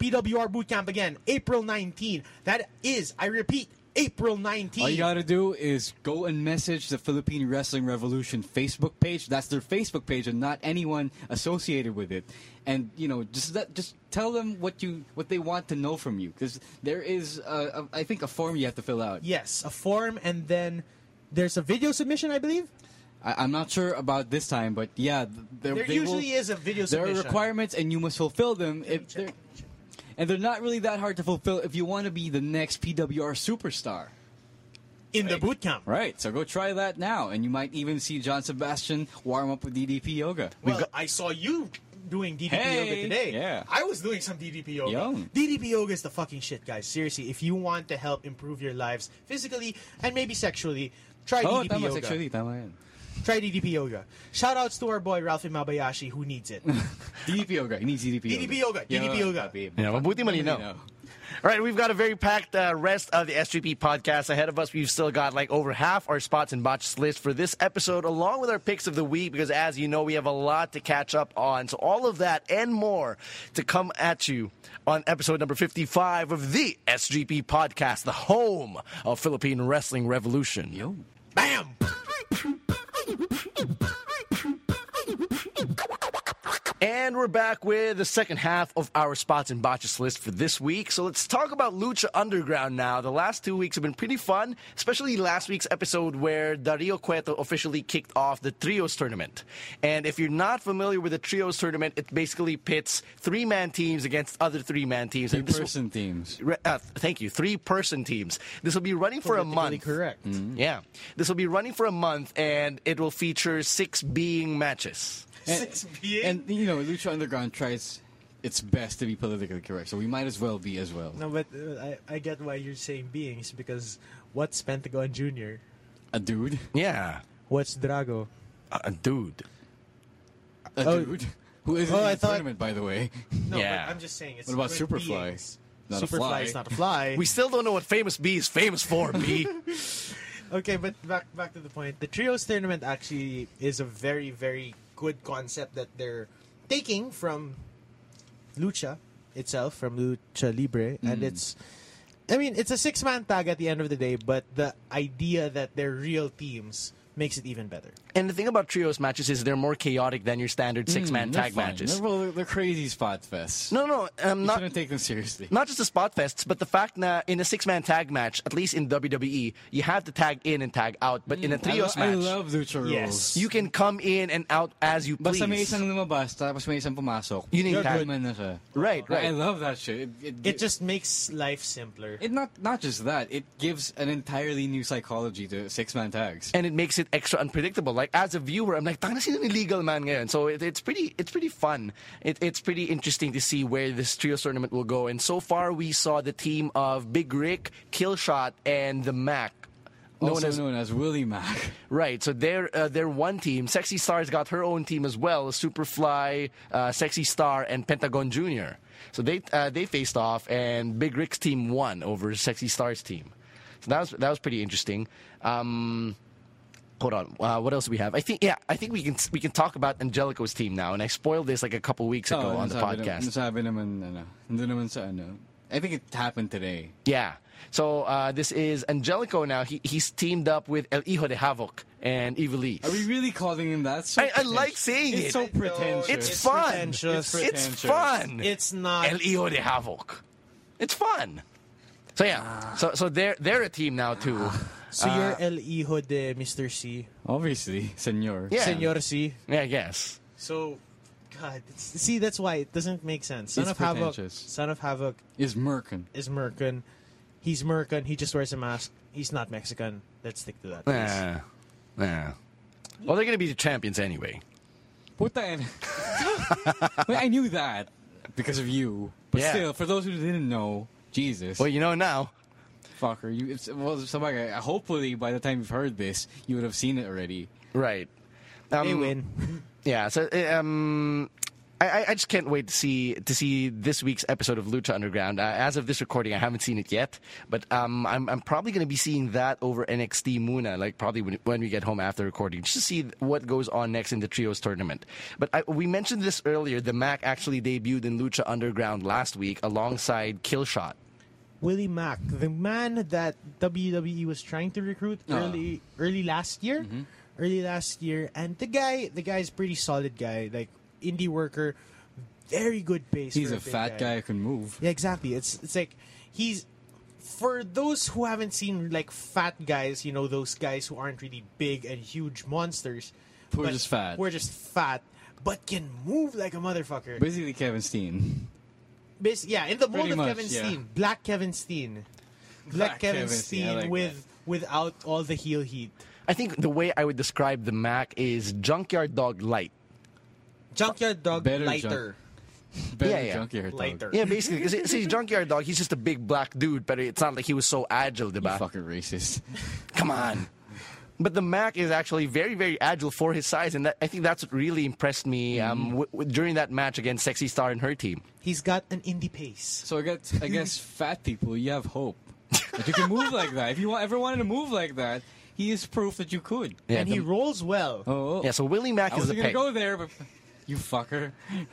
S4: PWR boot camp again April 19. That is, I repeat,
S2: April 19th.
S3: All you gotta do is go and message the Philippine Wrestling Revolution Facebook page. That's their Facebook page, and not anyone associated with it. And you know, just let, just tell them what you what they want to know from you, because there is, uh, a, I think, a form you have to fill out.
S2: Yes, a form, and then there's a video submission, I believe.
S3: I, I'm not sure about this time, but yeah, th- there,
S2: There
S3: they
S2: usually
S3: will-
S2: is a video
S3: There are
S2: submission.
S3: requirements, and you must fulfill them. If
S2: check,
S3: they're- and they're not really that hard to fulfill if you want to be the next PWR superstar.
S2: In the boot camp.
S3: Right, so go try that now, and you might even see John Sebastian warm up with DDP yoga.
S2: Well, I saw you doing DDP yoga
S3: Hey,
S2: today.
S3: yeah.
S2: I was doing some DDP yoga.
S3: Yo.
S2: DDP yoga is the fucking shit, guys. Seriously, if you want to help improve your lives physically and maybe sexually, try
S3: Oh,
S2: DDP
S3: tama,
S2: yoga.
S3: sexually, tama yan.
S2: Try DDP yoga. Shout outs to our boy Ralphie Mabayashi who needs it.
S3: DDP yoga. He needs DDP yoga.
S2: DDP yoga, DDP yoga.
S3: papi.
S1: Yeah, mabuti malinaw. All right, we've got a very packed uh, rest of the SGP podcast ahead of us. We've still got like over half our spots and botched list for this episode, along with our picks of the week, because as you know, we have a lot to catch up on. So, all of that and more to come at you on episode number 55 of the SGP podcast, the home of Philippine Wrestling Revolution.
S3: Yo.
S2: Bam!
S1: And we're back with the second half of our spots and botches list for this week. So let's talk about Lucha Underground now. The last two weeks have been pretty fun, especially last week's episode where Dario Cueto officially kicked off the Trios tournament. And if you're not familiar with the Trios tournament, it basically pits three man teams against other three man teams.
S3: Three
S1: And this will-
S3: person teams.
S1: Re- uh, th- thank you. Three person teams. This will be running for a
S2: Politically
S1: month.
S2: correct.
S3: Mm-hmm.
S1: Yeah. This will be running for a month and it will feature six being matches.
S2: Six being?
S3: And you know, Lucha Underground tries its best to be politically correct, so we might as well be as well.
S2: No, but uh, I, I get why you're saying beings because what's Pentagon Jr.?
S3: A dude.
S1: Yeah.
S2: What's Drago?
S1: Uh, dude.
S3: A
S2: Oh.
S3: dude. Who is
S2: Oh,
S3: in
S2: I
S3: the
S2: thought-
S3: tournament, by the way?
S2: No,
S1: Yeah.
S2: but I'm just saying. It's
S3: What about
S2: like
S4: E
S3: Superfly?
S2: beings.
S3: Not a
S2: Superfly
S3: fly.
S2: is not a fly.
S1: We still don't know what Famous B is famous for, B.
S2: Okay, but back back to the point. The trios tournament actually is a very very good concept that they're taking from lucha itself, from lucha libre,
S3: Hmm.
S2: and it's. I mean, it's a six man tag at the end of the day, but the idea that they're real teams makes it even better.
S1: and the thing about trios matches is they're more chaotic than your standard six man
S3: Hmm, They're
S1: tag
S3: fine.
S1: matches.
S3: They're, well, they're crazy spot fests.
S1: No, no, I'm
S3: you
S1: not.
S3: shouldn't take them seriously.
S1: Not just the spot fests, but the fact that in a six man tag match, at least in WWE, you have to tag in and tag out. But in a trios
S3: Hmm, I, lo-
S1: match,
S3: I love Lucha rules.
S2: Yes.
S1: you can come in and out as you please.
S3: Basta may isang lumabas, tapos may isang pumasok.
S1: You need
S3: You're
S1: time.
S3: good man na siya.
S1: Right, right.
S3: I love that shit. It,
S2: It just makes life simpler.
S3: It not not just that. It gives an entirely new psychology to six man tags.
S1: and it makes it extra unpredictable. Like as a viewer, I'm like, "Tang na sino ni legal man ngayon?" So it, it's pretty, it's pretty fun. It, it's pretty interesting to see where this trios tournament will go. And so far, we saw the team of Big Rick, Killshot, and the Mac. Known
S3: also
S1: as,
S3: known as Willie Mack.
S1: right, so they're uh, they're one team. Sexy Star's got her own team as well: Superfly, uh, Sexy Star, and Pentagon Junior. So they uh, they faced off, and Big Rick's team won over Sexy Star's team. So that was that was pretty interesting. Um, hold on. Uh, what else do we have? I think yeah, I think we can we can talk about Angelico's team now. And I spoiled this like a couple weeks
S3: Oh,
S1: ago on the
S3: nasabi na-
S1: podcast.
S3: nasabi naman, ano, nandun naman sa ano. I think it happened today.
S1: Yeah. So uh, this is Angelico now. He, he's teamed up with El Hijo de Havoc and Evil Lee.
S3: Are we really calling him that? It's so
S1: I- I like
S3: pretentious.
S1: saying
S3: it's
S1: it.
S3: so
S1: I know,
S3: pretentious.
S1: It's,
S2: It's
S1: fun.
S2: pretentious.
S3: It's
S1: It's
S3: pretentious.
S1: fun.
S2: It's not-
S1: El Hijo de Havoc. It's fun. So
S2: Ah.
S1: yeah. So so they're they're a team now too.
S2: so
S3: Uh,
S2: you're El Hijo de Mr. C,
S3: Obviously, senor.
S1: Yeah.
S2: Senor C.
S1: Yeah, I guess.
S2: So, God, it's- see, that's why it doesn't make sense. Son
S3: It's
S2: of Havoc,
S3: pretentious.
S2: son of Havoc
S3: Is Merkin.
S2: is Merkin. He's Merkin. He just wears a mask. He's not Mexican. Let's stick to that. please.
S1: Yeah. Yeah. Well, they're gonna be the champions anyway.
S3: Puta yan. Well, I knew that because of you. But
S1: Yeah.
S3: still, for those who didn't know, Jesus,
S1: Well, you know now.
S3: fucker, you. It's, well, sabagay, hopefully by the time you've heard this, you would have seen it already.
S1: Right. Um,
S2: They win.
S1: Yeah. So uh, um, I, I- I just can't wait to see to see this week's episode of Lucha Underground. Uh, as of this recording, I haven't seen it yet, but um, I'm I'm probably going to be seeing that over NXT Muna, like probably when, when we get home after recording, just to see what goes on next in the trios tournament. But I, we mentioned this earlier. The Mac actually debuted in Lucha Underground last week alongside Killshot.
S2: Willie Mack, the man that WWE was trying to recruit
S3: Ah.
S2: early early last year,
S3: Mm-hmm.
S2: early last year, and the guy, the guy's pretty solid guy, like indie worker, very good base.
S3: He's
S2: for
S3: a
S2: big
S3: fat guy who can move.
S2: Yeah, exactly. It's it's like he's for those who haven't seen like fat guys, you know, those guys who aren't really big and huge monsters.
S3: Who are
S2: but-
S3: just fat.
S2: Who are just fat, but can move like a motherfucker.
S3: Basically, Kevin Steen.
S2: Bas- yeah, in the mold
S3: Pretty
S2: of
S3: much,
S2: Kevin
S3: yeah.
S2: Steen, Black Kevin Steen, Black, Kevin, Steen,
S3: I like
S2: with without all the heel heat.
S1: I think the way I would describe the Mac is junkyard dog light.
S2: Junkyard Dog
S3: Better
S2: lighter.
S3: Better
S1: Yeah, yeah.
S3: junkier dog.
S2: Lighter.
S1: Yeah, basically, because see, junkyard dog, he's just a big black dude, but it's not like he was so agile,
S3: You
S1: diba?
S3: fucking racist.
S1: Come on. But the Mac is actually very, very agile for his size, and that, I think that's what really impressed me um, w- w- during that match against Sexy Star and her team.
S2: He's got an indie pace.
S3: So I guess I guess fat people, you have hope. If you can move like that, if you wa- ever wanted to move like that, he is proof that you could.
S1: Yeah,
S2: and he
S1: the-
S2: rolls well.
S3: Oh,
S1: Yeah, so Willie Mack
S3: I
S1: is
S3: was
S1: the
S3: gonna
S1: peg.
S3: go there, but you fucker.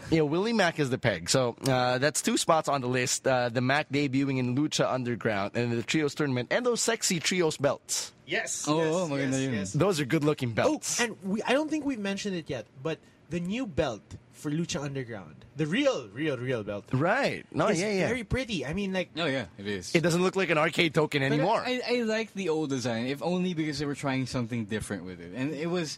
S1: Yeah, Willie Mack is the peg. So uh, that's two spots on the list. Uh, the Mac debuting in Lucha Underground and the Trios tournament, and those sexy Trios belts.
S2: Yes.
S3: Oh, yes, oh, maganda yes, yun. yes.
S1: Those are good-looking
S2: Oh,
S1: belts.
S2: and we, I don't think we've mentioned it yet, but the new belt for Lucha Underground, the real, real, real belt,
S1: right? No,
S2: is
S1: yeah, yeah.
S2: very pretty. I mean, like,
S3: No, yeah, it is.
S1: It doesn't look like an arcade token
S3: But
S1: anymore.
S3: I, I like the old design, if only because they were trying something different with it, and it was,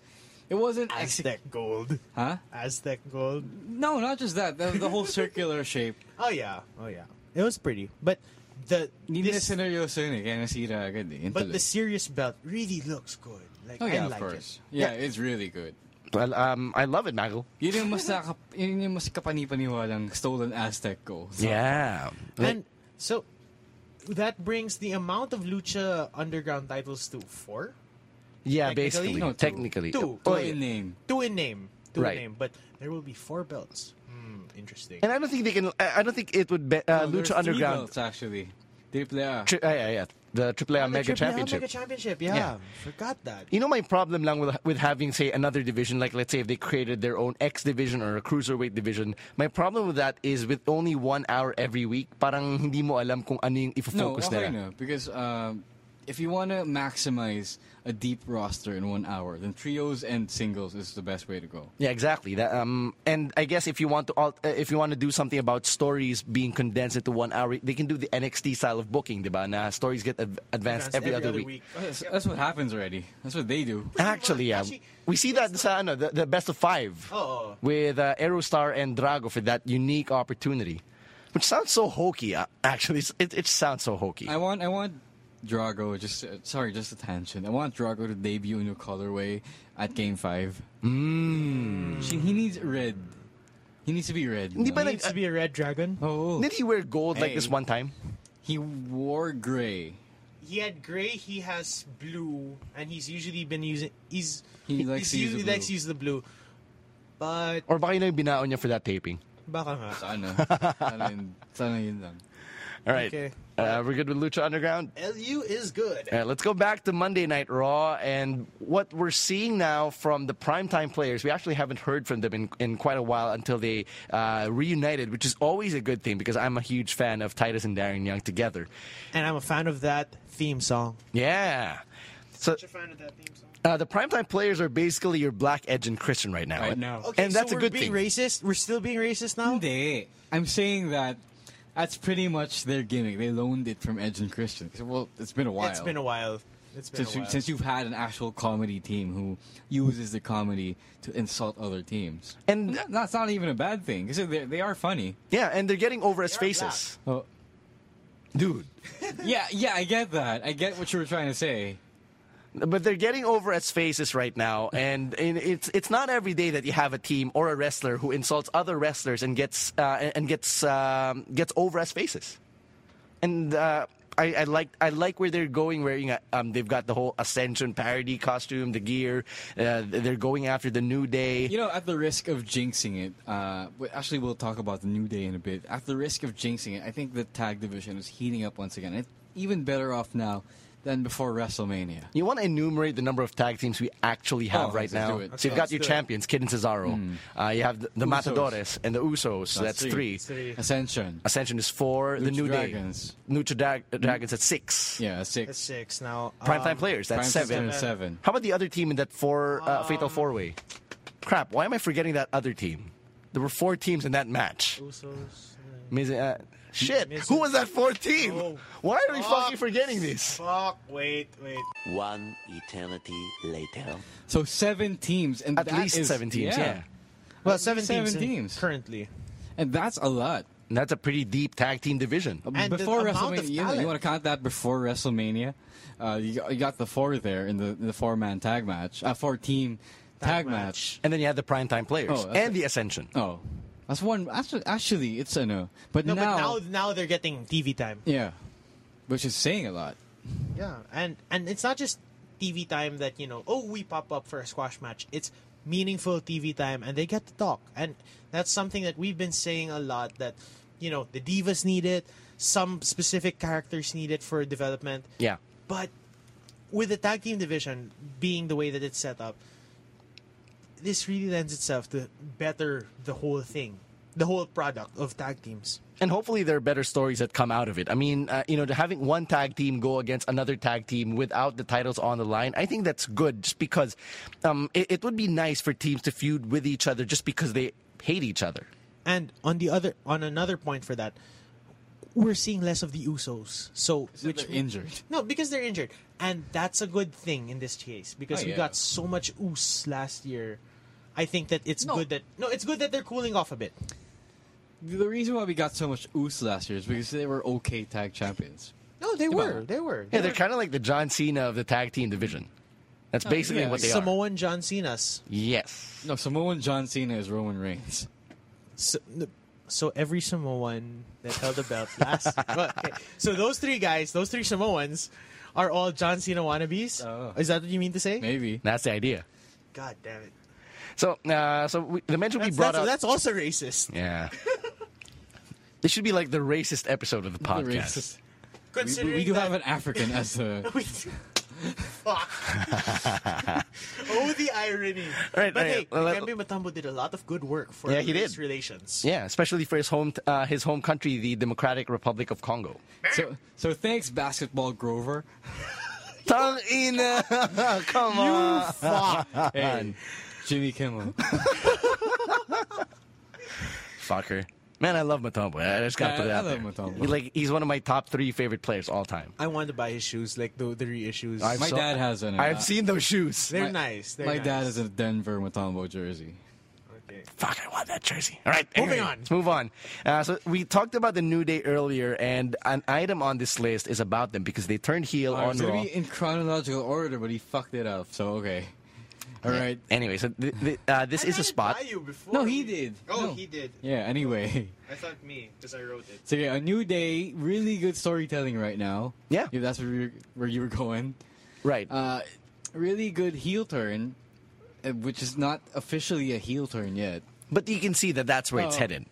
S3: it wasn't. ex-
S2: Aztec gold.
S3: huh?
S2: Aztec gold.
S3: No, not just that. The, the whole circular shape.
S2: Oh yeah, oh yeah. It was pretty, but the
S3: Hindi na
S2: this,
S3: seryoso yun eh, kaya nasira agad eh.
S2: but
S3: Intuloy.
S2: the serious belt really looks good. Like
S3: Oh
S2: I
S3: yeah,
S2: like
S3: of course.
S2: it.
S3: Yeah, it's really good.
S1: Well, um, I love it, Nagel.
S3: Yun yung mas, nakap yun yung mas kapanipaniwalang stolen Aztec gold.
S1: Yeah.
S2: And so that brings the amount of Lucha Underground titles to four,
S1: yeah,
S2: Technically?
S1: basically,
S3: No, two.
S1: technically.
S2: Two.
S3: Two
S1: Oh,
S3: in
S1: yeah.
S3: name.
S2: two in name, two
S1: Right.
S2: in name. But there will be four belts. Hmm, interesting.
S1: And I don't think they can. I I don't think it would be uh,
S3: No,
S1: Lucha
S3: there's three
S1: Underground.
S3: belts, actually. Triple A.
S1: Tri- uh, yeah, yeah, the AAA
S2: The
S1: Mega
S2: Triple L
S1: Championship.
S2: Mega Championship. Yeah,
S1: Yeah.
S2: forgot that.
S1: You know my problem lang with, with having say another division like let's say if they created their own X division or a cruiserweight division. My problem with that is with only one hour every week, parang hindi mo alam kung ano yung
S3: no,
S1: ifo-focus
S3: okay
S1: nila.
S3: na. Because um, if you want to maximize a deep roster in one hour, then trios and singles is the best way to go.
S1: Yeah, exactly. That, um, and I guess if you want to alt, uh, if you want to do something about stories being condensed into one hour, they can do the NXT style of booking, diba? Na stories get ad- advanced, every, other, week.
S3: That's, that's what happens already. That's what they do.
S1: Actually, yeah.
S2: Actually,
S1: we see that sa ano, the, the best of five
S2: Oo.
S1: with uh, Aerostar and Drago for that unique opportunity, which sounds so hokey. Uh, actually, It's- it, it sounds so hokey.
S3: I want I want Drago just uh, sorry just a tangent. I want Drago to debut in a colorway at Game Five.
S2: Hmm.
S3: Mm. She, he needs red. He needs to be red.
S1: Hindi pa
S3: no?
S2: Needs to be a red dragon.
S3: Oh,
S1: Did he wear gold like
S3: Hey.
S1: this one time?
S3: he wore gray.
S2: He had gray. He has blue, and he's usually been using. He's
S3: He likes to use the
S2: he's usually
S3: blue.
S2: likes to use the blue, but
S1: Or baka yun lang yung binaon niya for that taping?
S2: baka nga.
S3: Sana. sana, yun, sana yun lang.
S1: All right.
S2: Okay. Eh.
S1: Uh, we're good with Lucha Underground?
S2: Lu is good.
S1: All right, let's go back to Monday Night Raw and what we're seeing now from the primetime players. We actually haven't heard from them in, in quite a while until they uh, reunited, which is always a good thing because I'm a huge fan of Titus and Darren Young together.
S2: And I'm a fan of that theme song.
S1: Yeah. So
S2: a fan of that theme song.
S1: uh, the primetime players are basically your Black Edge and Christian right now.
S3: Right now.
S2: Okay,
S1: and
S2: so
S1: that's
S2: we're
S1: a good
S2: being
S1: thing.
S2: racist. We're still being racist now.
S3: Hindi. I'm saying that that's pretty much their gimmick. They loaned it from Edge and Christian. So, Well, it's been a while.
S2: It's been a while. It's been
S3: since,
S2: a
S3: you,
S2: while.
S3: since you've had an actual comedy team who uses the comedy to insult other teams,
S1: And-
S3: N- that's not even a bad thing because they they are funny.
S1: yeah, and they're getting over as
S2: They are
S1: faces.
S3: Oh.
S1: Dude.
S3: Yeah, yeah, I get that. I get what you were trying to say.
S1: But they're getting over as faces right now, and, and it's it's not every day that you have a team or a wrestler who insults other wrestlers and gets uh, and- and gets um, gets over as faces. And uh, I, I like I like where they're going. Where you know, um, they've got the whole Ascension parody costume, the gear. Uh, they're going after the New Day.
S3: You know, at the risk of jinxing it, uh, w- actually, we'll talk about the new day in a bit. At the risk of jinxing it, I think the tag division is heating up once again. It's even better off now than before WrestleMania.
S1: You want to enumerate the number of tag teams we actually have
S3: Oh,
S1: right
S3: let's
S1: now?
S3: do it. Hmm.
S1: So you've
S2: Okay,
S1: got
S2: let's
S1: your
S2: do it.
S1: champions, Kid and Cesaro. Uh, you have the, the Matadores and the Usos. so that's
S3: That's
S1: three.
S3: three.
S2: It's three.
S3: Ascension.
S1: Ascension is four. the
S3: Lucha
S1: New
S3: Dragons.
S1: Day.
S3: Hmm?
S1: New Dra- Dragons at six.
S3: Yeah, six.
S2: That's six now.
S1: Primetime
S2: Um,
S1: players, that's
S3: Prime
S1: seven.
S3: Time is seven. Um,
S1: How about the other team in that four uh, fatal four way? Crap, why am I forgetting that other team? There were four teams in that match.
S2: Usos.
S1: Miz- uh, shit,
S2: Miz-
S1: who was that fourth team?
S2: Oh.
S1: Why are we
S2: Fuck.
S1: fucking forgetting
S3: Oh,
S1: this?
S2: Fuck. Wait. Wait.
S4: One eternity later.
S3: So seven teams, and
S1: At
S3: that
S1: least
S3: is-
S1: seven teams, yeah.
S2: Well, seven, teams,
S3: Seven
S2: in-
S3: teams.
S2: currently.
S3: and that's a lot.
S1: And that's a pretty deep tag team division.
S2: And the
S3: before
S2: amount of
S3: WrestleMania, you, know, you
S2: talent.
S3: want to count that before WrestleMania. Uh, you, got, you got the four there in the, in the four man tag match, uh, four team tag,
S2: Tag
S3: match.
S1: And then you had the primetime players
S3: Oh, that's
S1: and
S3: it.
S1: the Ascension.
S3: Oh, that's one. Actually, actually it's a no. But,
S2: No,
S3: now,
S2: but now now they're getting TV time.
S3: yeah, which is saying a lot.
S2: Yeah, and and it's not just TV time that you know. Oh, we pop up for a squash match. It's meaningful TV time, and they get to talk, and that's something that we've been saying a lot. That you know, the divas need it. Some specific characters need it for development.
S1: Yeah.
S2: But with the tag team division being the way that it's set up, this really lends itself to better the whole thing, the whole product of tag teams.
S1: And hopefully there are better stories that come out of it. I mean, uh, you know, having one tag team go against another tag team without the titles on the line, I think that's good just because um, it, it would be nice for teams to feud with each other just because they hate each other.
S2: And on the other, on another point for that, we're seeing less of the Usos. So
S3: Which
S2: which
S3: injured.
S2: no, because they're injured, and that's a good thing in this case because
S3: Oh,
S2: we
S3: yeah.
S2: got so much Us last year. I think that it's good that no, it's good that they're cooling off a bit.
S3: The reason why we got so much ooze last year is because they were okay tag champions.
S2: No, they were,
S3: on.
S2: they were.
S1: Yeah, they're kind of like the John Cena of the tag team division. That's basically
S3: Oh, yeah.
S1: what they are.
S2: Samoan John Cena's.
S1: Yes.
S3: No, Samoan John Cena is Roman Reigns.
S2: So, so every Samoan that held the belt last. okay. So those three guys, those three Samoans, are all John Cena wannabes.
S3: Oh.
S2: Is that what you mean to say?
S3: Maybe.
S1: That's the idea.
S2: God damn it!
S1: So, uh, so we, the mention we
S2: That's,
S1: brought
S2: that's,
S1: up.
S2: that's also racist.
S1: yeah. this should be like the racist episode of the
S3: The
S1: podcast.
S3: racist. We,
S2: Considering
S3: we do
S2: that-
S3: have an African as a.
S2: We do- Fuck. oh, the irony.
S1: right,
S2: but
S1: all
S2: hey,
S1: right, well, let-
S2: Kembe Matambo did a lot of good work for
S1: Yeah, he
S2: race
S1: did.
S2: relations.
S1: Yeah, especially for his home uh, his home country, the Democratic Republic of Congo.
S3: So, so thanks, Basketball Grover.
S1: Tongue in, come on.
S3: Hey, Jimmy Kimmel.
S1: Fucker. Man, I love Matombo. I just gotta
S3: Yeah,
S1: put it
S3: I
S1: out
S3: love
S1: there.
S3: Mutombo.
S1: He, Like he's one of my top three favorite players all time.
S2: I wanted to buy his shoes, like the the reissues.
S3: My
S1: So-
S3: dad has one.
S1: I've seen those shoes.
S2: they're nice. They're
S3: My
S2: nice.
S3: dad is a Denver Matombo jersey.
S2: Okay.
S1: Fuck, I want that jersey. All right,
S2: Moving
S1: anyway,
S2: on.
S1: Let's move on. Uh, so we talked about the New Day earlier, and an item on this list is about them because they turned heel
S3: Alright,
S1: on
S3: it's Oh, gonna
S1: Raw.
S3: be in chronological order, but he fucked it up. So okay, all right.
S1: Anyway, so th- th- uh, this
S2: I
S1: is a
S2: read it
S1: spot.
S2: by you before
S3: No, he
S2: we-
S3: did.
S2: Oh,
S3: No.
S2: he did.
S3: Yeah. Anyway,
S2: I thought me because I wrote it.
S3: so yeah, a new day. Really good storytelling right now.
S1: Yeah.
S3: If that's where you were, where you were going.
S1: Right.
S3: Uh, really good heel turn, uh, which is not officially a heel turn yet.
S1: but you can see that that's where it's
S3: Oh.
S1: headed.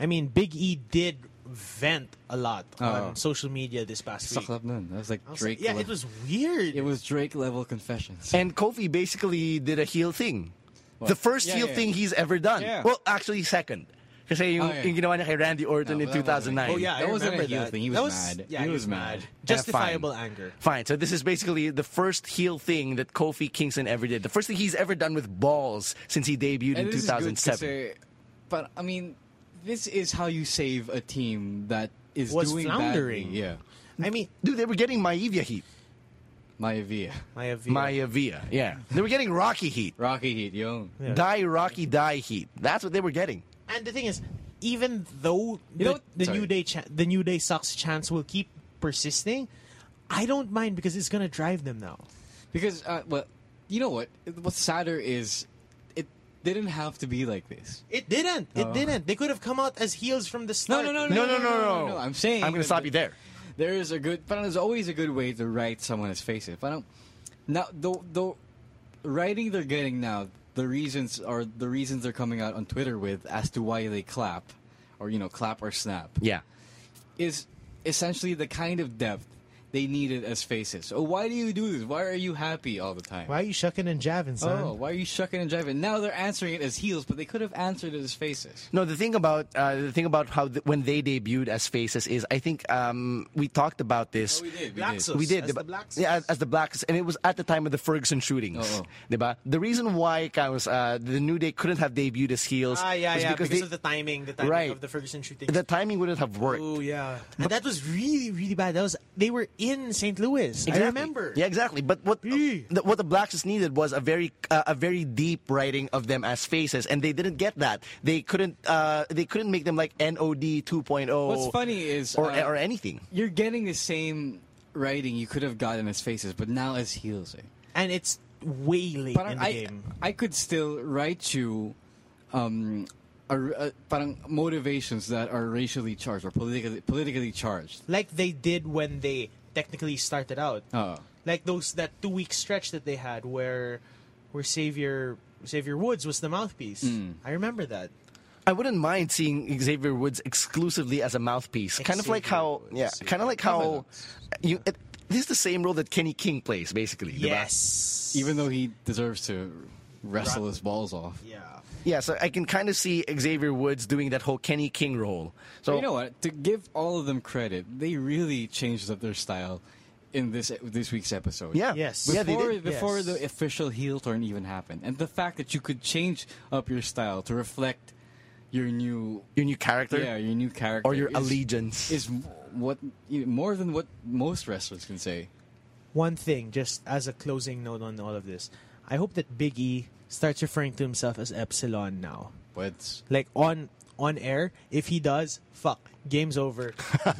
S2: I mean, Big E did vent a lot on social media this past
S3: Oh. Suck
S2: week.
S3: up none. That was like
S2: I was
S3: Drake.
S2: like, yeah,
S3: level.
S2: it was weird.
S3: It was Drake level confessions.
S1: And Kofi basically did a heel thing. The first
S3: Yeah,
S1: heel
S3: yeah,
S1: thing
S3: yeah.
S1: he's ever done.
S3: Yeah.
S1: Well, actually second. Kasi yung,
S3: Oh, yeah.
S1: yung ginawa niya kay Randy Orton
S3: No,
S1: in
S3: but that wasn't
S1: 2009.
S3: a heel.
S2: Oh yeah,
S3: That
S2: I
S3: wasn't a
S2: remember
S3: heel
S2: that.
S3: thing. He
S2: That
S3: was
S2: was
S3: mad.
S2: Yeah,
S3: He
S2: he
S3: was
S2: was
S3: mad.
S2: mad.
S3: Yeah,
S2: Justifiable anger.
S1: Fine. So this is basically the first heel thing that Kofi Kingston ever did. The first thing he's ever done with balls since he debuted in
S3: And this is good
S1: 2007.
S3: kasi- but I mean, this is how you save a team that is
S2: Was
S3: doing
S2: floundering.
S3: Badly. Yeah,
S2: I mean,
S1: Dude, they were getting Maivia heat.
S3: Maya Villa,
S2: my Avila.
S1: Maivia, yeah. They were getting Rocky heat.
S3: Rocky Heat, yo.
S1: Die Rocky die heat. That's what they were getting.
S2: And the thing is, even though the,
S3: know what-
S2: the
S3: Sorry.
S2: new day cha- the new day sucks chance will keep persisting, I don't mind because it's gonna drive them now.
S3: Because uh, well, you know what? What's sadder is it didn't have to be like this.
S2: It didn't. It
S3: Oh.
S2: didn't. They could have come out as heels from the
S3: No,
S2: start.
S3: no, no,
S1: No,
S3: no,
S1: no, no, no.
S3: I'm saying
S1: I'm going to
S3: that
S1: stop you there.
S3: There is a good, but there's always a good way to write someone's face. If I don't now the the writing they're getting now, the reasons are the reasons they're coming out on Twitter with as to why they clap, or you know, clap or snap.
S1: Yeah.
S3: is essentially the kind of depth they need it as faces. Oh, why do you do this? Why are you happy all the time?
S2: Why are you shucking and jiving, son?
S3: Oh, why are you shucking and jiving? Now they're answering it as heels, but they could have answered it as faces.
S1: No, the thing about uh, the thing about how th- when they debuted as faces is, I think um, we talked about this.
S3: did.
S2: Black Oh, Sauce
S1: We did.
S2: Oh, as
S1: diba?
S2: the blacks.
S1: Yeah, as the blacks. And it was at the time of the Ferguson shootings.
S3: Oo.
S1: Diba? The reason why I was, uh, the New Day couldn't have debuted as heels
S2: Ah, yeah,
S1: was
S2: yeah. Because,
S1: because, they-
S2: of the timing, the timing
S1: Right.
S2: of the Ferguson shooting.
S1: the timing wouldn't have worked.
S2: oh yeah, and that was really, really bad. That was they were in St. Louis. I
S1: Exactly.
S2: remember.
S1: Yeah, exactly. But what
S2: Eh.
S1: the, what the blacks just needed was a very uh, a very deep writing of them as faces, and they didn't get that. They couldn't uh, they couldn't make them like NOD 2.0.
S3: What's funny is
S1: or
S3: uh,
S1: or anything.
S3: you're getting the same writing you could have gotten as faces, but now as heels. Eh?
S2: and it's way late in
S3: Parang
S2: the
S3: I,
S2: game.
S3: I could still write you um, a, a, parang motivations that are racially charged or politically politically charged.
S2: like they did when they technically started out.
S3: Oo.
S2: Like those that two week stretch that they had where where Xavier Xavier Woods was the mouthpiece. I remember that.
S1: I wouldn't mind seeing Xavier Woods exclusively as a mouthpiece, kind of like
S2: Xavier
S1: how
S2: Woods,
S1: yeah,
S2: yeah.
S1: kind of like how you. It, this is the same role that Kenny King plays, basically. diba?
S2: Yes.
S3: even though he deserves to wrestle his balls off.
S2: Yeah.
S1: Yeah, so I can kind of see Xavier Woods doing that whole Kenny King role. So
S3: But you know what? To give all of them credit, they really changed up their style in this this week's episode.
S1: Yeah.
S2: Yes.
S1: Yeah,
S3: Before,
S1: they did.
S3: before
S2: Yes.
S3: the official heel turn even happened, and the fact that you could change up your style to reflect your new
S1: Your new character.
S3: yeah your new character
S1: or your
S3: is-
S1: allegiance.
S3: is m- what you know, more than what most wrestlers can say.
S2: One thing, just as a closing note on all of this, I hope that Big E starts referring to himself as Epsilon now.
S3: But
S2: Like on on air, if he does, fuck. Game's over.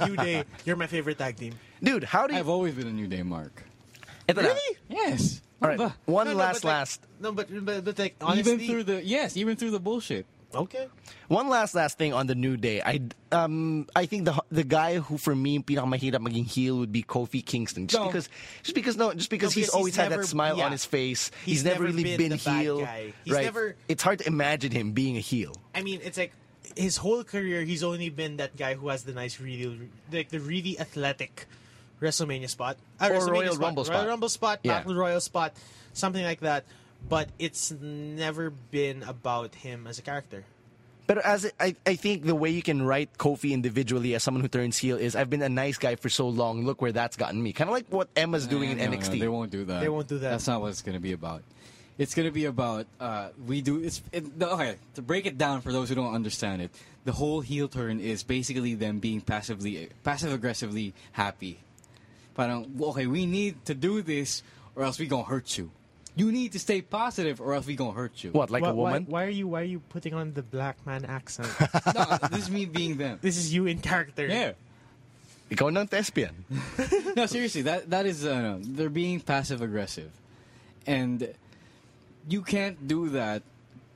S2: New day, you're my favorite tag team.
S1: Dude, how do you
S3: I've always been a New Day mark.
S1: Ito na.
S3: Yes.
S1: All right.
S3: Ba-
S1: One
S2: No, no,
S1: last
S2: but like-
S1: last
S2: No, but but, but like honestly,
S3: even through the yes, even through the bullshit.
S2: okay.
S1: one last last thing on the new day. I um I think the the guy who for me pinakamahirap maging heel would be Kofi Kingston just
S3: No.
S1: because just because no just because
S2: No,
S1: he's
S2: because
S1: always
S2: he's
S1: had
S2: never-
S1: that smile on
S2: yeah.
S1: his face. He's,
S2: He's
S1: never,
S2: never
S1: really
S2: been
S1: been,
S2: the bad
S1: heel.
S2: guy. He's
S1: right.
S2: never-
S1: It's hard to imagine him being a heel.
S2: I mean, it's like his whole career, he's only been that guy who has the nice, really, like the really athletic WrestleMania spot Uh,
S1: Or
S2: WrestleMania
S1: Royal Rumble spot.
S2: Royal Rumble spot,
S1: Yeah.
S2: Battle Royal spot, something like that. But it's never been about him as a character.
S1: But as it, I, I think the way you can write Kofi individually as someone who turns heel is I've been a nice guy for so long. Look where that's gotten me. Kind of like what Emma's doing in
S3: Eh, No, no,
S1: NXT.
S3: they won't do that.
S2: They won't do that.
S3: That's not what it's going to be about. It's going to be about uh, we do. It's it, no, okay to break it down for those who don't understand it. The whole heel turn is basically them being passively, passive aggressively happy. But um, okay, we need to do this, or else we gonna hurt you. You need to stay positive, or else we gonna hurt you.
S1: What like a woman?
S2: Why, are you? Why are you putting on the black man accent?
S3: No, this is me being them.
S2: this is you in character.
S3: Yeah.
S1: Ikaw ng thespian.
S3: no, seriously, that that is uh, no, they're being passive aggressive, and you can't do that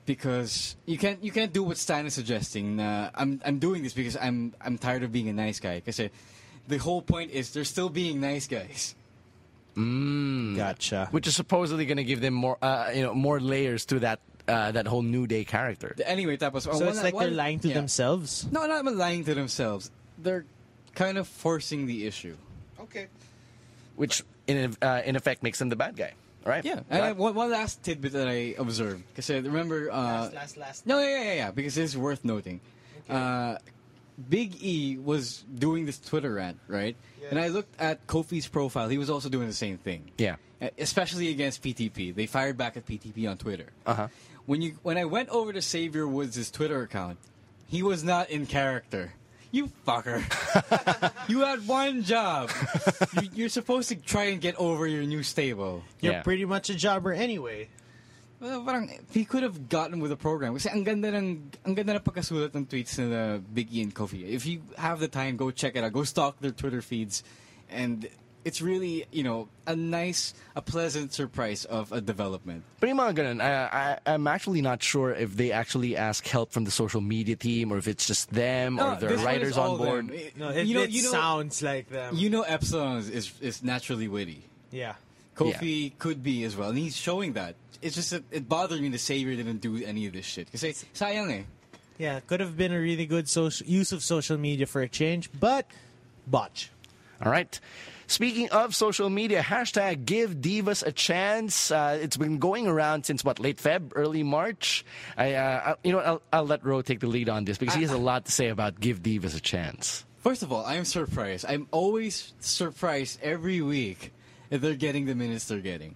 S3: because you can't you can't do what Stein is suggesting. Uh, I'm I'm doing this because I'm I'm tired of being a nice guy. Because the whole point is they're still being nice guys.
S1: Mm.
S2: Gotcha.
S1: which is supposedly going to give them more, uh, you know, more layers to that uh, that whole New Day character.
S3: Anyway, that was uh,
S2: So it's like they're lying to
S3: themselves.
S2: themselves.
S3: No, not lying to themselves. They're kind of forcing the issue.
S2: Okay.
S1: which in uh, in effect makes him the bad guy, right?
S3: Yeah, and
S1: Got
S3: I,
S1: it?
S3: one, one last tidbit that I observed because I remember. Uh,
S2: Last, last, last.
S3: No, yeah, yeah, yeah, because it's worth noting. Uh, Big E was doing this Twitter rant, right? And I looked at Kofi's profile; he was also doing the same thing.
S1: Yeah.
S3: Uh, especially against PTP. They fired back at PTP on Twitter. Uh
S1: Uh-huh.
S3: huh. When you when I went over to Xavier Woods' Twitter account, he was not in character. You fucker. you had one job. you, you're supposed to try and get over your new stable.
S2: You're
S1: Yeah.
S2: pretty much a jobber anyway.
S3: Well, parang, he could have gotten with the program. Kasi ang ganda ng, ang ganda ng pagkasulat ng tweets na Big E and Kofi. If you have the time, go check it out. Go stalk their Twitter feeds. And it's really, you know, a nice, a pleasant surprise of a development.
S1: But yung mga ganun, I, I, I'm actually not sure if they actually ask help from the social media team or if it's just them or
S3: No,
S1: their
S3: this one
S1: writers
S3: is
S1: on
S3: all
S1: board.
S3: them. It-
S2: No, it,
S3: you know,
S2: it
S3: you know,
S2: sounds like them.
S3: you know Epsilon is, is, is naturally witty.
S2: yeah.
S3: Kofi could be as well. And he's showing that. It's just that it bothered me the Savior didn't do any of this shit. Kasi sayang eh.
S2: Yeah, could have been a really good social use of social media for a change, but botch.
S1: All right. Speaking of social media, hashtag give divas a chance. Uh, it's been going around since what late Feb, early March. I, uh, I- you know, what, I'll, I'll let Ro take the lead on this because he has a lot to say about give divas a chance.
S3: First of all, I'm surprised. I'm always surprised every week if they're getting the minutes they're getting.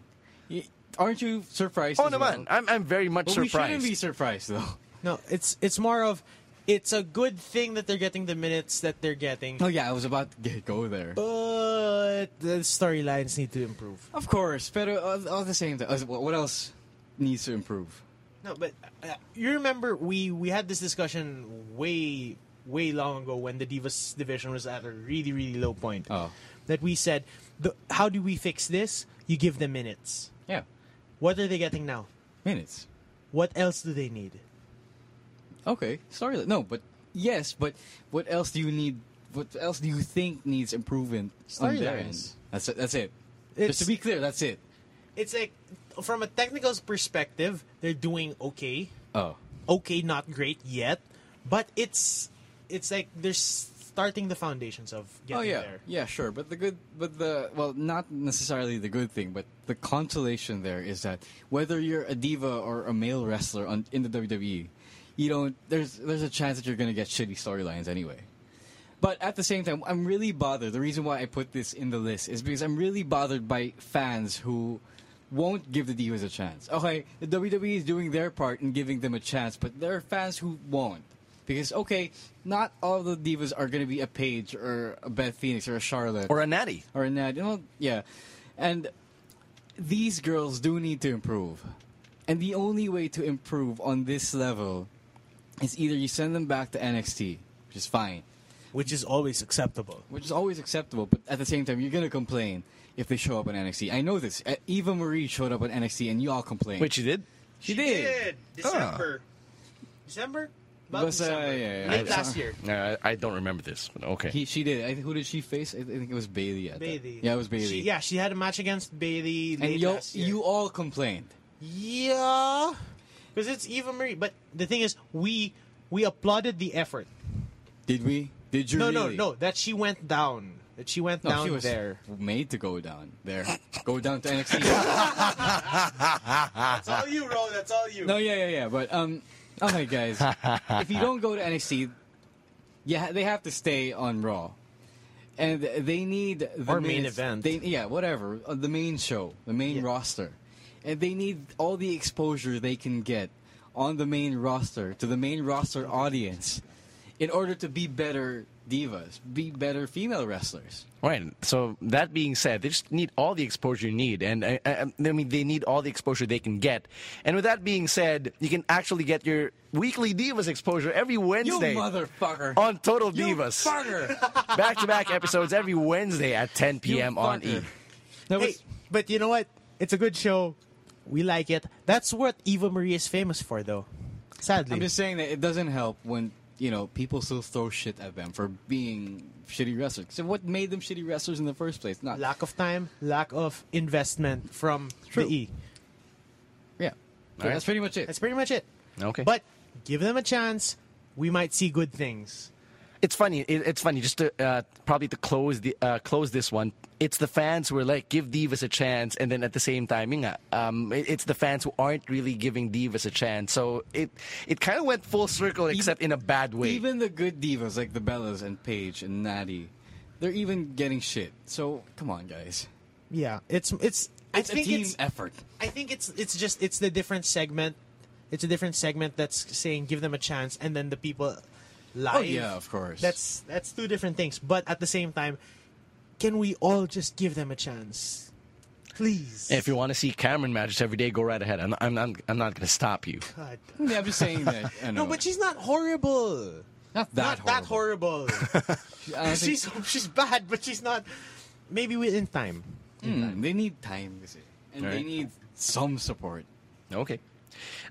S3: Y- Aren't you surprised?
S1: Oh
S3: as
S1: no,
S3: well?
S1: man, I'm I'm very much
S3: But we
S1: surprised.
S3: shouldn't be surprised though.
S2: No, it's it's more of it's a good thing that they're getting the minutes that they're getting,
S3: Oh yeah, I was about to get, go there.
S2: but the storylines need to improve.
S3: Of course, but uh, all the same, uh, what else needs to improve?
S2: No, but uh, you remember we we had this discussion way way long ago when the divas division was at a really really low point.
S3: Oh.
S2: That we said, the, how do we fix this? You give them minutes.
S3: Yeah,
S2: What are they getting now?
S3: minutes.
S2: What else do they need?
S3: Okay, sorry. No, but yes, but what else do you need? What else do you think needs improvement on their end?
S2: Storylines.
S3: That's it. That's it.
S2: It's-
S3: Just to be clear, that's it.
S2: It's like from a technical perspective, they're doing okay.
S3: Oh,
S2: okay, not great yet, but it's it's like they're starting the foundations of getting
S3: oh yeah,
S2: there.
S3: yeah, sure. But the good, but the well, not necessarily the good thing, but the consolation there is that whether you're a diva or a male wrestler on, in the WWE, you don't. There's there's a chance that you're gonna get shitty storylines anyway. But at the same time, I'm really bothered. The reason why I put this in the list is because I'm really bothered by fans who won't give the Divas a chance. Okay, the WWE is doing their part in giving them a chance, but there are fans who won't. Because, okay, not all the Divas are going to be a Paige or a Beth Phoenix or a Charlotte
S1: or a natty.
S3: or a Nat. You know, yeah. And these girls do need to improve. And the only way to improve on this level is either you send them back to NXT, which is fine
S2: Which is always acceptable.
S3: which is always acceptable. But at the same time, you're gonna complain if they show up on NXT. I know this. Uh, Eva Marie showed up on NXT, and you all complained.
S1: Which you did.
S3: she, did.
S2: December. December? About
S3: Was, uh,
S2: December.
S3: yeah, yeah,
S2: Late
S3: yeah.
S2: last year.
S1: No, Uh, I, I don't remember this. But okay.
S3: He, she did. I think, who did she face? I, I think it was Bailey. At that-
S2: Bailey.
S3: Yeah, it was Bailey.
S2: She, yeah, she had a match against Bailey late
S3: And you,
S2: last year.
S3: you all complained.
S2: Yeah. Because it's Eva Marie. But the thing is, we we applauded the effort.
S3: Did we? Did you?
S2: No,
S3: really?
S2: no, no. That she went down. That she went
S3: No,
S2: down
S3: she was
S2: there.
S3: made to go down there. go down to NXT.
S2: That's all you, Ro. That's all you.
S3: no, yeah, yeah, yeah. But um, okay, guys, if you don't go to NXT, yeah, they have to stay on Raw, and they need the
S2: Or main
S3: minutes-
S2: event.
S3: They, yeah, whatever, uh, the main show, the main roster, and they need all the exposure they can get on the main roster to the main roster audience, in order to be better divas, be better female wrestlers.
S1: Right. So that being said, they just need all the exposure you need, and I, I, I mean they need all the exposure they can get. And with that being said, you can actually get your weekly Divas exposure every Wednesday.
S3: You motherfucker!
S1: On Total
S3: You
S1: Divas.
S3: fucker!
S1: Back to back episodes every Wednesday at 10
S3: You
S1: p.m. on E.
S3: fucker. That
S2: Hey,
S3: was-
S2: but you know what? It's a good show. We like it. That's what Eva Marie is famous for, though. Sadly.
S3: I'm just saying that it doesn't help when you know people still throw shit at them for being shitty wrestlers. So what made them shitty wrestlers in the first place? Not
S2: lack of time, lack of investment from
S3: True.
S2: the E.
S3: yeah. So
S1: Alright.
S3: That's pretty much it.
S2: That's pretty much it.
S1: Okay.
S2: But give them a chance. We might see good things.
S1: It's funny. It, it's funny. Just to uh, probably to close the uh, close this one. It's the fans who are like give Divas a chance, and then at the same time, yun nga, um, it- it's the fans who aren't really giving Divas a chance. So it it kind of went full circle, except in a bad way.
S3: Even the good divas like the Bellas and Paige and Natty, they're even getting shit. So come on, guys.
S2: Yeah, it's it's. I
S3: It's a
S2: think
S3: team
S2: it's.
S3: effort.
S2: I think it's it's just it's the different segment. It's a different segment that's saying give them a chance, and then the people live.
S3: Oh yeah, of course.
S2: That's that's two different things. But at the same time, can we all just give them a chance, please?
S1: if you want to see Cameron matches every day, go right ahead. I'm I'm I'm, I'm not going to stop you.
S2: God.
S3: yeah, I'm just saying that. I
S2: No,
S3: know.
S2: but she's not horrible.
S3: not that
S2: not that horrible.
S3: I don't think-
S2: she's she's bad, but she's not. Maybe we in time.
S3: Mm, they need time, kasi. and they
S1: Alright.
S3: need some support.
S1: Okay.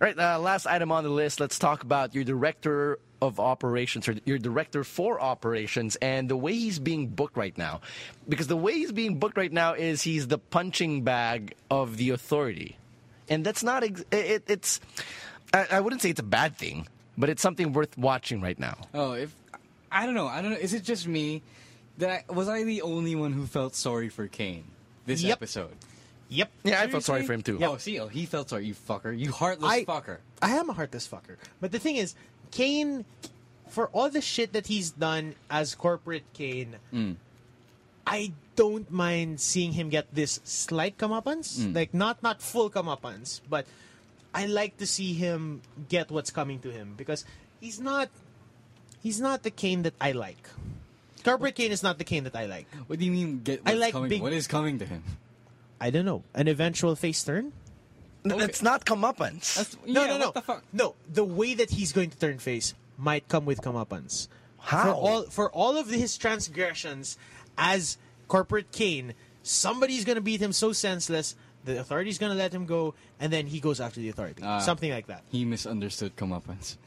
S1: All right, uh, last item on the list. Let's talk about your director of operations or your director for operations and the way he's being booked right now. Because the way he's being booked right now is he's the punching bag of the authority. And that's not, ex- it, it- it's, I, I wouldn't say it's a bad
S3: Uh,
S1: thing, but it's something worth watching right now.
S3: Oh, if I don't know, I don't know. Is it just me? That was I the only one who felt sorry for Kane this
S2: Yep.
S3: episode?
S2: Yep.
S1: Yeah, I felt sorry for him too.
S3: Oh, see, oh, he felt sorry. You fucker. You heartless
S2: I,
S3: fucker.
S2: I am a heartless fucker. But the thing is, Kane, for all the shit that he's done as corporate Kane,
S3: Mm.
S2: I don't mind seeing him get this slight comeuppance.
S3: Mm.
S2: Like, not, not full comeuppance, but I like to see him get what's coming to him because he's not. He's not the Kane that I like. Corporate Kane is not the Kane that I like.
S3: What do you mean? Get
S2: I
S3: what's
S2: like
S3: coming?
S2: big-
S3: What is coming to him?
S2: I don't know. An eventual face turn?
S1: N- That's not comeuppance.
S3: That's, yeah,
S2: No, no, no.
S3: What the fuck?
S2: No, the way that he's going to turn face might come with comeuppance.
S1: How?
S2: For all, for all of his transgressions as corporate Kane, somebody's going to beat him so senseless, the authority's going to let him go, and then he goes after the authority.
S3: Ah.
S2: Something like that.
S3: He misunderstood comeuppance.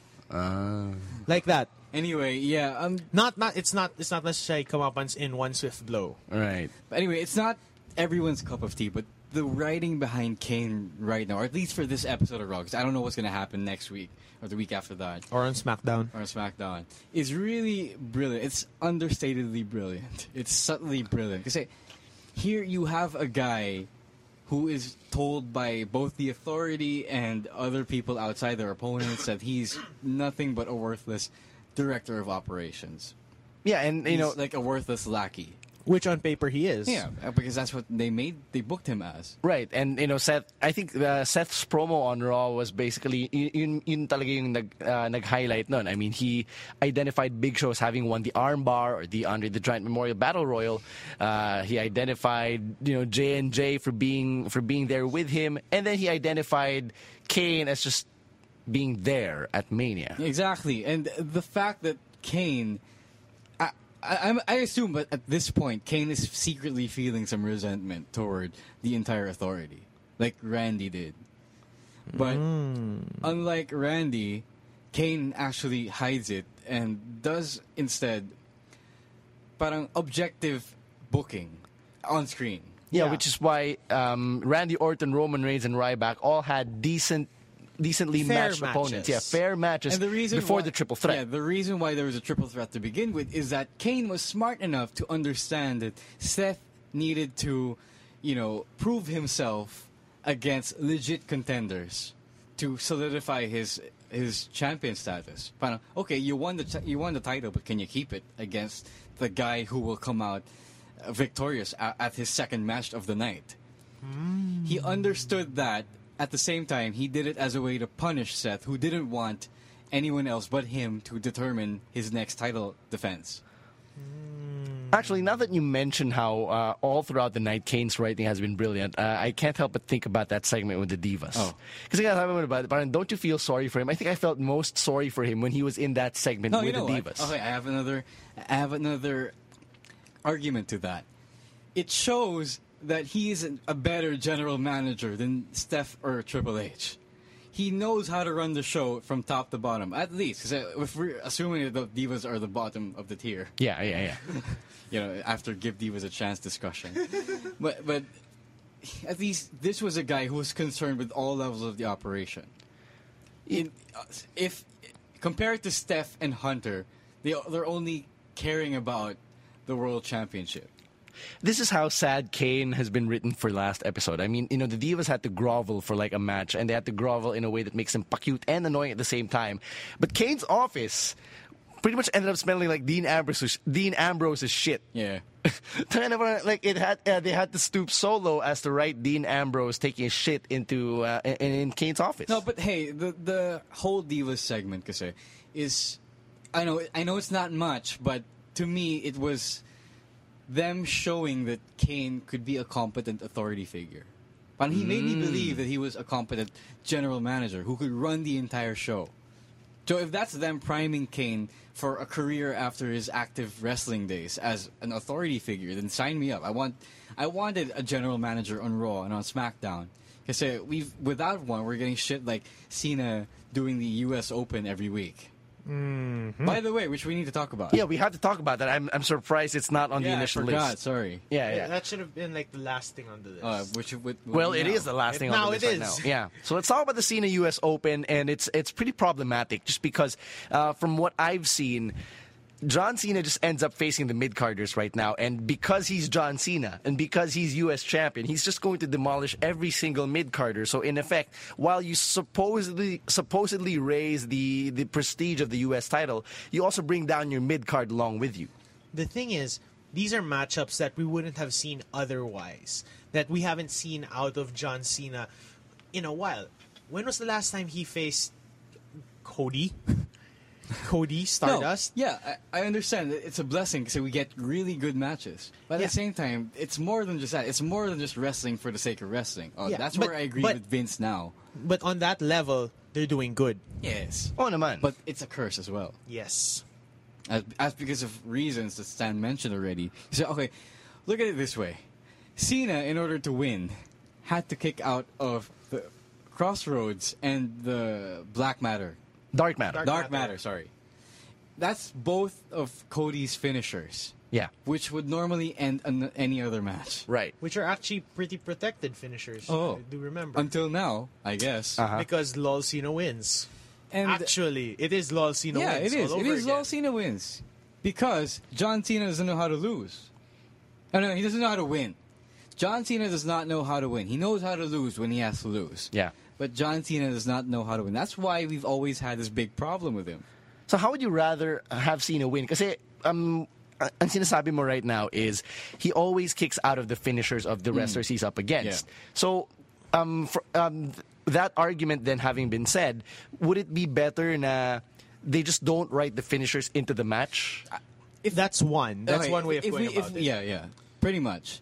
S2: Like that.
S3: Anyway, yeah. Um.
S2: Not, not. It's not. It's not necessarily comeuppance in one swift blow.
S1: right.
S3: Anyway, it's not everyone's cup of tea, but the writing behind Kane right now, or at least for this episode of Raw, 'cause I don't know what's going to happen next week or the week after that.
S2: Or on SmackDown.
S3: or SmackDown is really brilliant. It's understatedly brilliant. It's subtly brilliant. Because here you have a guy who is told by both the authority and other people outside their opponents that he's nothing but a worthless director of operations.
S1: Yeah, and you
S3: He's
S1: know,
S3: like a worthless lackey.
S2: Which on paper he is.
S3: Yeah, uh, because that's what they made. They booked him as.
S1: Right, and you know Seth, I think uh, Seth's promo on Raw was basically y- yun, yun talaga yung nag, uh, nag-highlight nun. I mean, he identified Big Show as having won the armbar or the Andre the Giant Memorial Battle Royal. Uh, he identified you know J and J for being for being there with him, and then he identified Kane as just being there at Mania.
S3: Exactly, and the fact that Kane, I, I, I'm- I assume, but at this point, Kane is secretly feeling some resentment toward the entire authority, like Randy did. But unlike Randy, Kane actually hides it and does instead, parang objective booking on screen.
S1: Yeah,
S2: Yeah.
S1: which is why um, Randy Orton, Roman Reigns, and Ryback all had decent, decently
S2: Fair
S1: matched opponents.
S2: matches.
S1: Yeah, fair matches
S3: And the reason
S1: before
S3: why-
S1: the triple threat.
S3: Yeah, the reason why there was a triple threat to begin with is that Kane was smart enough to understand that Seth needed to, you know, prove himself against legit contenders to solidify his his champion status. Parang, okay, you won the ti- you won the title, but can you keep it against the guy who will come out uh, victorious at, at his second match of the night? he understood that at the same time he did it as a way to punish Seth who didn't want anyone else but him to determine his next title defense.
S1: Actually, now that you mention how uh, all throughout the night Kane's writing has been brilliant, uh, I can't help but think about that segment with the Divas.
S3: Oh.
S1: Because I got to about it, but don't you feel sorry for him? I think I felt most sorry for him when he was in that segment
S3: No,
S1: with
S3: you know
S1: the
S3: what?
S1: Divas.
S3: Okay, I have another I have another argument to that. It shows that he is an- a better general manager than Steph or Triple H. He knows how to run the show from top to bottom, at least. 'Cause, uh, if we're assuming that the Divas are the bottom of the tier,
S1: Yeah, yeah, yeah.
S3: you know, after give divas a chance discussion. but but at least this was a guy who was concerned with all levels of the operation. In, uh, if compared to Steph and Hunter, they they're only caring about the world championship.
S1: this is how sad Kane has been written for last episode. I mean, you know, the Divas had to grovel for like a match, and they had to grovel in a way that makes them cute and annoying at the same time. But Kane's office pretty much ended up smelling like Dean Ambrose's, Dean Ambrose's shit.
S3: Yeah.
S1: Tangina naman, like it had uh, they had to stoop so low as to write Dean Ambrose taking a shit into uh, in, in Kane's office.
S3: No, but hey, the the whole divas segment, kasi, is I know I know it's not much, but to me it was them showing that Kane could be a competent authority figure. And he made me believe that he was a competent general manager who could run the entire show. So if that's them priming Kane for a career after his active wrestling days as an authority figure, then sign me up. I want I wanted a general manager on Raw and on SmackDown. Cause uh, we've without one, we're getting shit like Cena doing the U.S. Open every week. By the way, which we need to talk about.
S1: yeah, we have to talk about that. I'm I'm surprised it's not on
S3: yeah,
S1: the initial
S3: I forgot.
S1: list.
S3: Sorry.
S1: Yeah, yeah.
S2: That should have been like the last thing on the list.
S3: Uh, which would- would
S1: well,
S3: be
S1: it
S3: now.
S1: is the last thing on
S2: Now
S1: the
S2: it
S1: list right now.
S2: is.
S1: Yeah. So let's talk about the Cena U.S. Open, and it's it's pretty problematic just because, uh, from what I've seen, John Cena just ends up facing the mid carders right now, and because he's John Cena and because he's U.S. champion, he's just going to demolish every single mid carder. So in effect, while you supposedly supposedly raise the the prestige of the U.S. title, you also bring down your mid card along with you.
S2: the thing is, these are matchups that we wouldn't have seen otherwise, that we haven't seen out of John Cena in a while. When was the last time he faced Cody? Cody
S3: No,
S2: Stardust?
S3: yeah, I, I understand. It- It's a blessing, so we get really good matches. But at
S2: Yeah.
S3: the same time, it's more than just that. It's more than just wrestling for the sake of wrestling. Oh,
S2: Yeah,
S3: that's
S2: but-
S3: where I agree
S2: but-
S3: with Vince now.
S2: But on that level, they're doing good.
S3: Yes.
S1: Oh, naman.
S3: But it's a curse as well.
S2: Yes.
S3: as, as because of reasons that Stan mentioned already. So okay, look at it this way: Cena, in order to win, had to kick out of the Crossroads and the Black Matter,
S1: Dark matter.
S3: Dark, Matter. Sorry, that's both of Cody's finishers.
S1: Yeah.
S3: which would normally end an, any other match.
S1: Right.
S2: Which are actually pretty protected finishers.
S3: Oh,
S2: I do remember.
S3: until now, I guess.
S1: Uh-huh.
S2: Because Lol Cena wins.
S3: And
S2: actually, it is Lol Cena
S3: yeah,
S2: wins.
S3: it is.
S2: all
S3: It
S2: over
S3: is.
S2: again.
S3: Lol Cena wins because John Cena doesn't know how to lose. No, no, he doesn't know how to win. John Cena does not know how to win. He knows how to lose when he has to lose.
S1: Yeah.
S3: But John Cena does not know how to win. That's why we've always had this big problem with him.
S1: So how would you rather have Cena win? Kasi um, a- ang sinasabi mo right now is he always kicks out of the finishers of the wrestlers he's up against.
S3: Yeah.
S1: So um, fr um, th- that argument then having been said, would it be better na they just don't write the finishers into the match?
S2: That's one. That's
S3: Okay,
S2: one way of
S3: if
S2: going
S3: we- if
S2: about
S3: we-
S2: it.
S3: Yeah, yeah. Pretty much.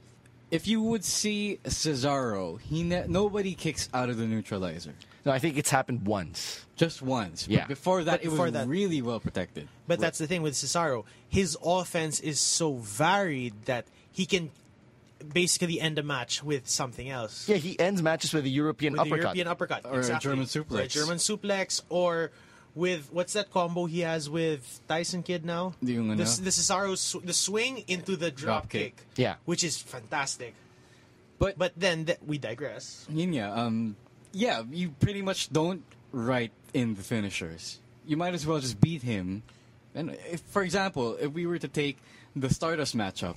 S3: If you would see Cesaro, he ne- nobody kicks out of the neutralizer.
S1: No, I think it's happened once.
S3: Just once. But
S1: Yeah.
S3: before that,
S2: But before
S3: it was
S2: that-
S3: really well protected.
S2: But that's the thing with Cesaro. His offense is so varied that he can basically end a match with something else.
S1: Yeah, he ends matches with a European
S2: with
S1: uppercut.
S2: the European uppercut.
S3: Or a
S2: exactly.
S3: German
S2: Or a
S3: suplex.
S2: German suplex. Or with, what's that combo he has with Tyson Kidd now?
S3: Yung
S2: the,
S3: ano?
S2: the Cesaro, sw- the swing into the drop,
S3: Drop kick.
S2: kick.
S1: Yeah.
S2: Which is fantastic.
S3: But
S2: But then th- we digress.
S3: Yun nga, um, yeah, you pretty much don't write in the finishers. You might as well just beat him. And if, for example, if we were to take the Stardust matchup,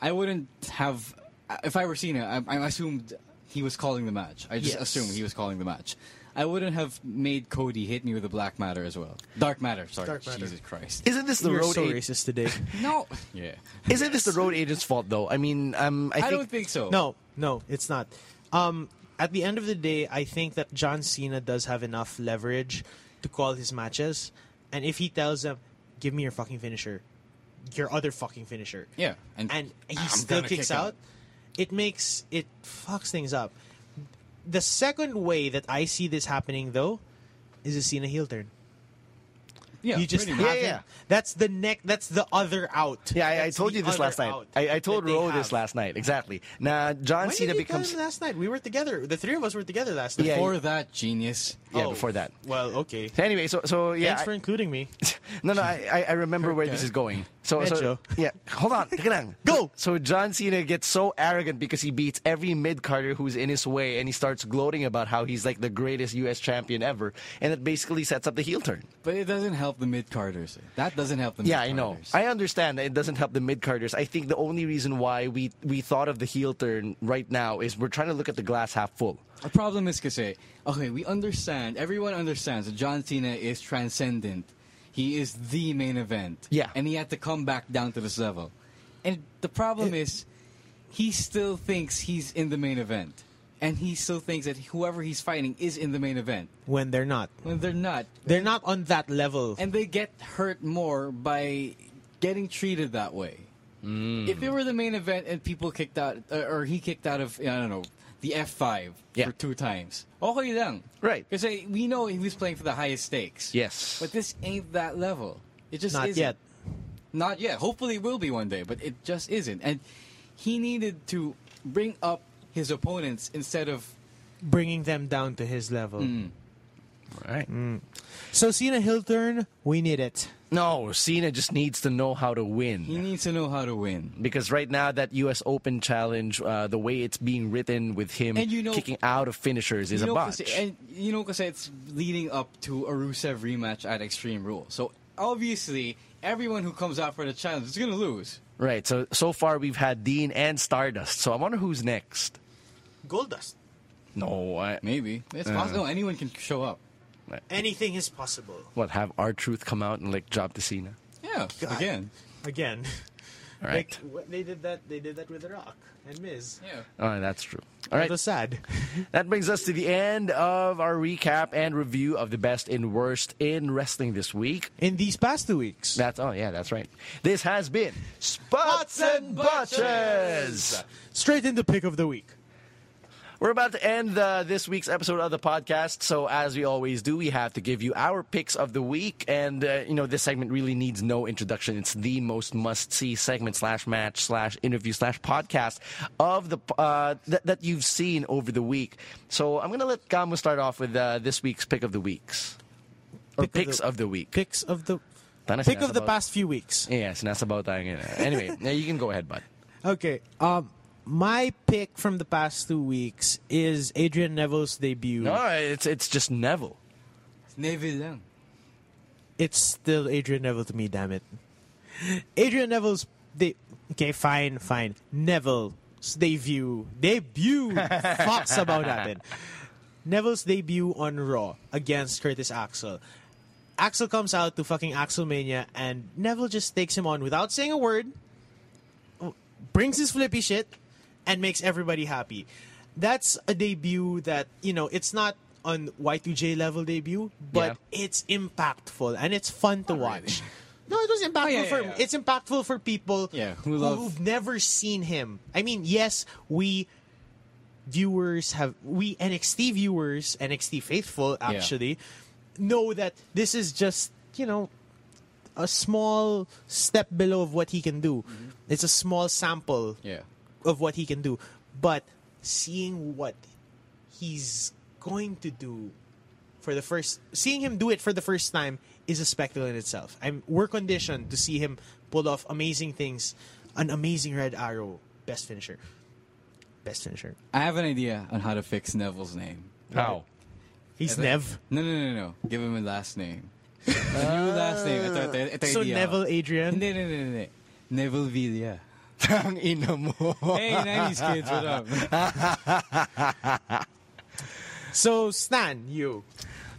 S3: I wouldn't have. If I were Cena, I, I assumed he was calling the match. I just
S2: Yes.
S3: assumed he was calling the match. I wouldn't have made Cody hit me with a black matter as well. Dark matter, sorry.
S2: Dark matter.
S3: Jesus Christ.
S1: Isn't this the
S2: You're
S1: road?
S2: so
S1: a-
S2: racist today.
S3: no. Yeah.
S1: Isn't this the road agent's fault though? I mean, um, I,
S3: I
S1: think
S3: don't think so.
S2: No, no, it's not. Um, at the end of the day, I think that John Cena does have enough leverage to call his matches, and if he tells them, "Give me your fucking finisher, your other fucking finisher,"
S3: Yeah,
S2: and,
S3: and-
S2: he
S3: I'm
S2: still
S3: gonna
S2: kicks
S3: kick
S2: out,
S3: out.
S2: it makes it fucks things up. The second way that I see this happening, though, is a Cena heel turn.
S3: Yeah,
S2: you just
S3: pretty
S2: have
S3: much.
S1: Yeah,
S2: him-
S1: yeah.
S2: That's the neck. That's the other out.
S1: Yeah, I, I
S2: That's
S1: told
S2: the
S1: you this
S2: other
S1: last night.
S2: out
S1: I, I told
S2: that they
S1: Ro this
S2: have.
S1: last night. Exactly. Now John
S2: When
S1: Cena
S2: did you tell
S1: becomes
S2: him last night? We were together. The three of us were together last night.
S1: Yeah,
S3: Before that, genius.
S1: yeah
S2: Oh,
S1: before that.
S2: Well, okay.
S1: So anyway, so so yeah.
S2: Thanks for
S1: I-
S2: including me.
S1: no, no, I, I- I remember where this is going. So, so
S2: Medyo.
S1: yeah, hold on, teka lang.
S2: Go!
S1: So John Cena gets so arrogant because he beats every mid carder who's in his way, and he starts gloating about how he's like the greatest U.S. champion ever, and it basically sets up the heel turn.
S3: But it doesn't help the mid carders. That doesn't help the
S1: Yeah, I
S3: mid
S1: know. I understand that it doesn't help the mid carders. I think the only reason why we we thought of the heel turn right now is we're trying to look at the glass half full.
S3: The problem is kasi, okay, we understand, everyone understands that John Cena is transcendent. He is the main event.
S1: Yeah.
S3: And he had to come back down to this level. And the problem is, he still thinks he's in the main event. And he still thinks that whoever he's fighting is in the main event.
S2: When they're not,
S3: When they're not.
S2: they're not on that level.
S3: And they get hurt more by getting treated that way.
S1: Mm.
S3: If it were the main event and people kicked out, uh, or he kicked out of, I don't know, the F5
S1: Yeah.
S3: for two times, okay lang.
S1: Right.
S3: Because we know he was playing for the highest stakes.
S1: Yes.
S3: But this ain't that level. It just
S2: Not
S3: isn't.
S2: yet.
S3: Not yet. Hopefully it will be one day, but it just isn't. And he needed to bring up his opponents instead of.
S2: bringing them down to his level. Mm.
S1: All Mm. right.
S2: So Cena Hill turn, we need it.
S1: No, Cena just needs to know how to
S3: He
S1: win.
S3: needs to know how to win.
S1: Because right now, that U.S. Open challenge, uh, the way it's being written with him
S3: And you know-
S1: kicking out of finishers is
S3: you know,
S1: a botch.
S3: Kasi, and you know, because it's leading up to a Rusev rematch at Extreme Rule. So obviously, everyone who comes out for the challenge is gonna lose.
S1: Right. So so far we've had Dean and Stardust. So I wonder who's next.
S2: Goldust.
S1: No, I,
S3: Maybe it's possible. No, anyone can show up.
S2: Anything is possible.
S1: what have our truth come out and like drop the Cena?
S3: Yeah, again.
S2: Again.
S1: All right.
S2: Like what they did that they did that with The Rock and Miz.
S3: Yeah.
S1: Oh, that's true. All right.
S2: That was sad.
S1: That brings us to the end of our recap and review of the best and worst in wrestling this week.
S2: In these past two weeks.
S1: That's oh yeah, that's right. This has been Spots and Butches.
S2: Straight into pick of the week.
S1: We're about to end uh, this week's episode of the podcast, so as we always do, we have to give you our picks of the week. And uh, you know, this segment really needs no introduction. It's the most must-see segment slash match slash interview slash podcast of the uh, that that you've seen over the week. So I'm gonna let Gamu start off with uh, this week's pick of the weeks or
S2: Pick of
S1: picks
S2: the-
S1: of the week.
S2: Picks of the
S1: Tana,
S2: pick
S1: sinasabaw-
S2: of the past few weeks.
S1: Yeah, sinasabaw tayo ngayon. Anyway, yeah, you can go ahead, bud.
S2: Okay. Um my pick from the past two weeks is Adrian Neville's debut.
S1: No, it's it's just Neville.
S3: Neville lang.
S2: It's still Adrian Neville to me, damn it. Adrian Neville's de- Okay, fine, fine. Neville's debut. Debut. Fox about that. Neville's debut on Raw against Curtis Axel. Axel comes out to fucking Axelmania and Neville just takes him on without saying a word, brings his flippy shit, and makes everybody happy. That's a debut that, you know, it's not on Y2J level debut, but it's impactful and it's fun to watch. No, it was impactful
S3: yeah,
S2: for
S3: yeah.
S2: it's impactful for people
S3: Yeah, who love-
S2: who've never seen him. I mean, yes, we viewers have we NXT viewers, NXT faithful actually, know that this is just, you know, a small step below of what he can do. It's a small sample
S3: Yeah.
S2: of what he can do. But seeing what he's going to do for the first seeing him do it for the first time is a spectacle in itself. I'm we're conditioned to see him pull off amazing things. An amazing red arrow, best finisher. Best finisher.
S3: I have an idea on how to fix Neville's name.
S1: How?
S2: He's Nev.
S3: No, no, no, no. Give him a last name. a new last name. Ito, ito, ito
S2: So
S3: idea.
S2: Neville Adrian.
S3: Hindi, hindi, hindi, hindi. Neville Villa.
S1: Tang ina mo.
S3: Hey, 90s kids, what up?
S2: So Stan, you.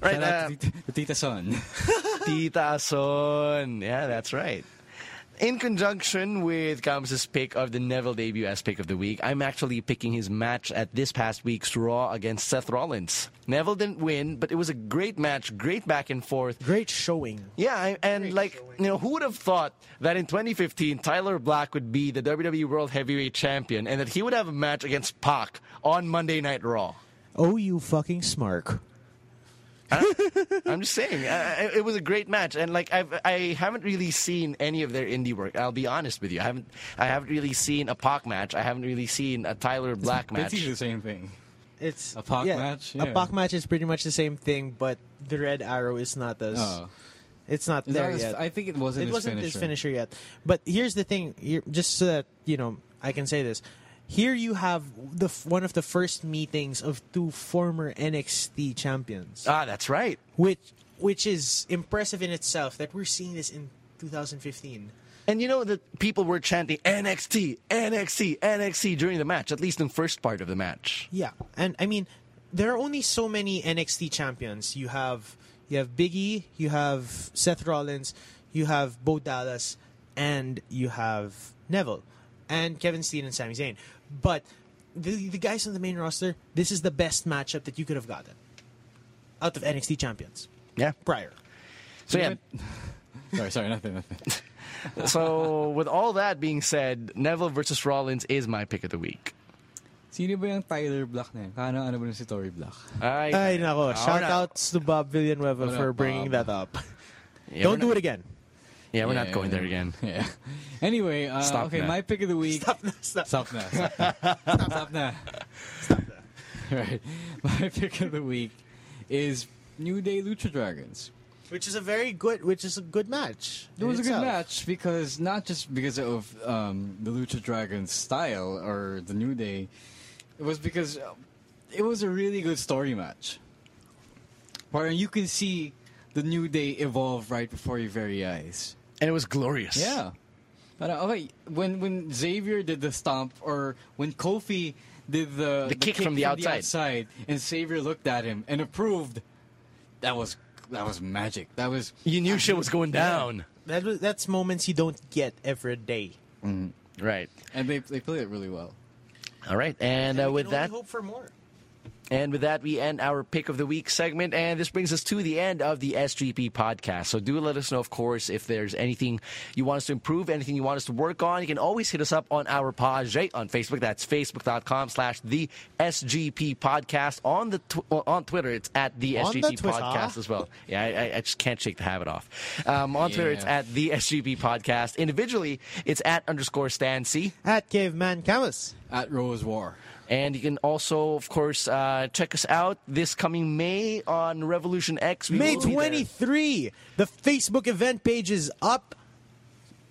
S1: Right,
S3: Shout out
S1: uh,
S3: to Tita- to Tita Son.
S1: Tita Son. Yeah, that's right. In conjunction with Camus's pick of the Neville debut as pick of the week, I'm actually picking his match at this past week's Raw against Seth Rollins. Neville didn't win, but it was a great match, great back and forth.
S2: Great showing.
S1: Yeah, I- and like you know, who would have thought that in 2015 Tyler Black would be the WWE World Heavyweight Champion and that he would have a match against Pac on Monday Night Raw?
S2: Oh you fucking smark.
S1: I'm just saying, uh, it was a great match, and like I've I haven't really seen any of their indie work. I'll be honest with you, I haven't I haven't really seen a Pac match. I haven't really seen a Tyler Black match.
S3: Basically the same thing.
S2: It's
S3: A Pac
S2: yeah,
S3: match,
S2: A
S3: yeah.
S2: Pac match is pretty much the same thing, but the red arrow is not as
S3: Oh.
S2: it's not
S3: Is that
S2: there
S3: his-
S2: yet.
S3: I think it wasn't
S2: it
S3: his
S2: wasn't
S3: finisher.
S2: his finisher yet. But here's the thing, here- just so that you know, I can say this. Here you have the f- one of the first meetings of two former NXT champions,
S1: Ah, that's right.
S2: which which is impressive in itself that we're seeing this in 2015.
S1: And you know that people were chanting NXT, NXT, NXT during the match, at least in first part of the match.
S2: Yeah, and I mean, there are only so many NXT champions. You have you have Biggie, you have Seth Rollins, you have Bo Dallas, and you have Neville, and Kevin Steen and Sami Zayn. But the the guys on the main roster, this is the best matchup that you could have gotten out of NXT champions
S1: Yeah.
S2: prior.
S1: So yeah.
S3: Sorry, sorry, nothing, nothing.
S1: so with all that being said, Neville versus Rollins is my pick of the week.
S3: Sino ba yung Tyler Black na yun? Kano ano ba yung si Tory Black?
S1: I,
S2: Ay, nako. Shout
S1: na.
S2: outs to Bob Villanueva
S3: What up,
S2: for bringing
S3: Bob?
S2: that up.
S1: Yeah,
S2: Don't
S1: we're
S2: do
S1: not-
S2: it again.
S1: Yeah, we're
S3: Yeah,
S1: not going
S3: yeah,
S1: there again.
S3: Yeah. Anyway, uh,
S1: Stop
S3: okay,
S1: na.
S3: my pick of the week.
S2: Stop, stop.
S3: Stop na. Stop na. Stop na. Right. My pick of the week is New Day Lucha Dragons.
S2: Which is a very good, which is a good match.
S3: It
S2: in
S3: was a good
S2: itself.
S3: match because not just because of um, the Lucha Dragons style or the New Day, it was because uh, it was a really good story match. Where you can see the New Day evolve right before your very eyes.
S1: and it was glorious.
S3: Yeah. But uh, okay, when when Xavier did the stomp or when Kofi did the,
S1: The kick from the outside.
S3: and Xavier looked at him and approved, that was that was magic. That was
S1: you knew shit was going down.
S2: That was, that's moments you don't get every day.
S1: Right.
S3: and they they played it really well.
S1: All right, and uh,
S2: We
S1: with
S2: can only
S1: that,
S2: hope for more.
S1: and with that, we end our pick of the week segment, and this brings us to the end of the SGP podcast. So do let us know, of course, if there's anything you want us to improve, anything you want us to work on. You can always hit us up on our page on Facebook. That's facebook.com/slash the SGP podcast. On the tw- well, on Twitter, it's at the
S2: On the
S1: SGP
S2: Twitter.
S1: podcast as well. Yeah, I, I- I just can't shake the habit off. Um, on Twitter, it's
S3: Yeah.
S1: at the SGP podcast. Individually, it's at underscore Stan C.
S2: At Caveman Camus.
S3: At Rose War,
S1: And you can also, of course, uh, check us out this coming May on Revolution X. We
S2: May
S1: will be there.
S2: 23, the Facebook event page is up.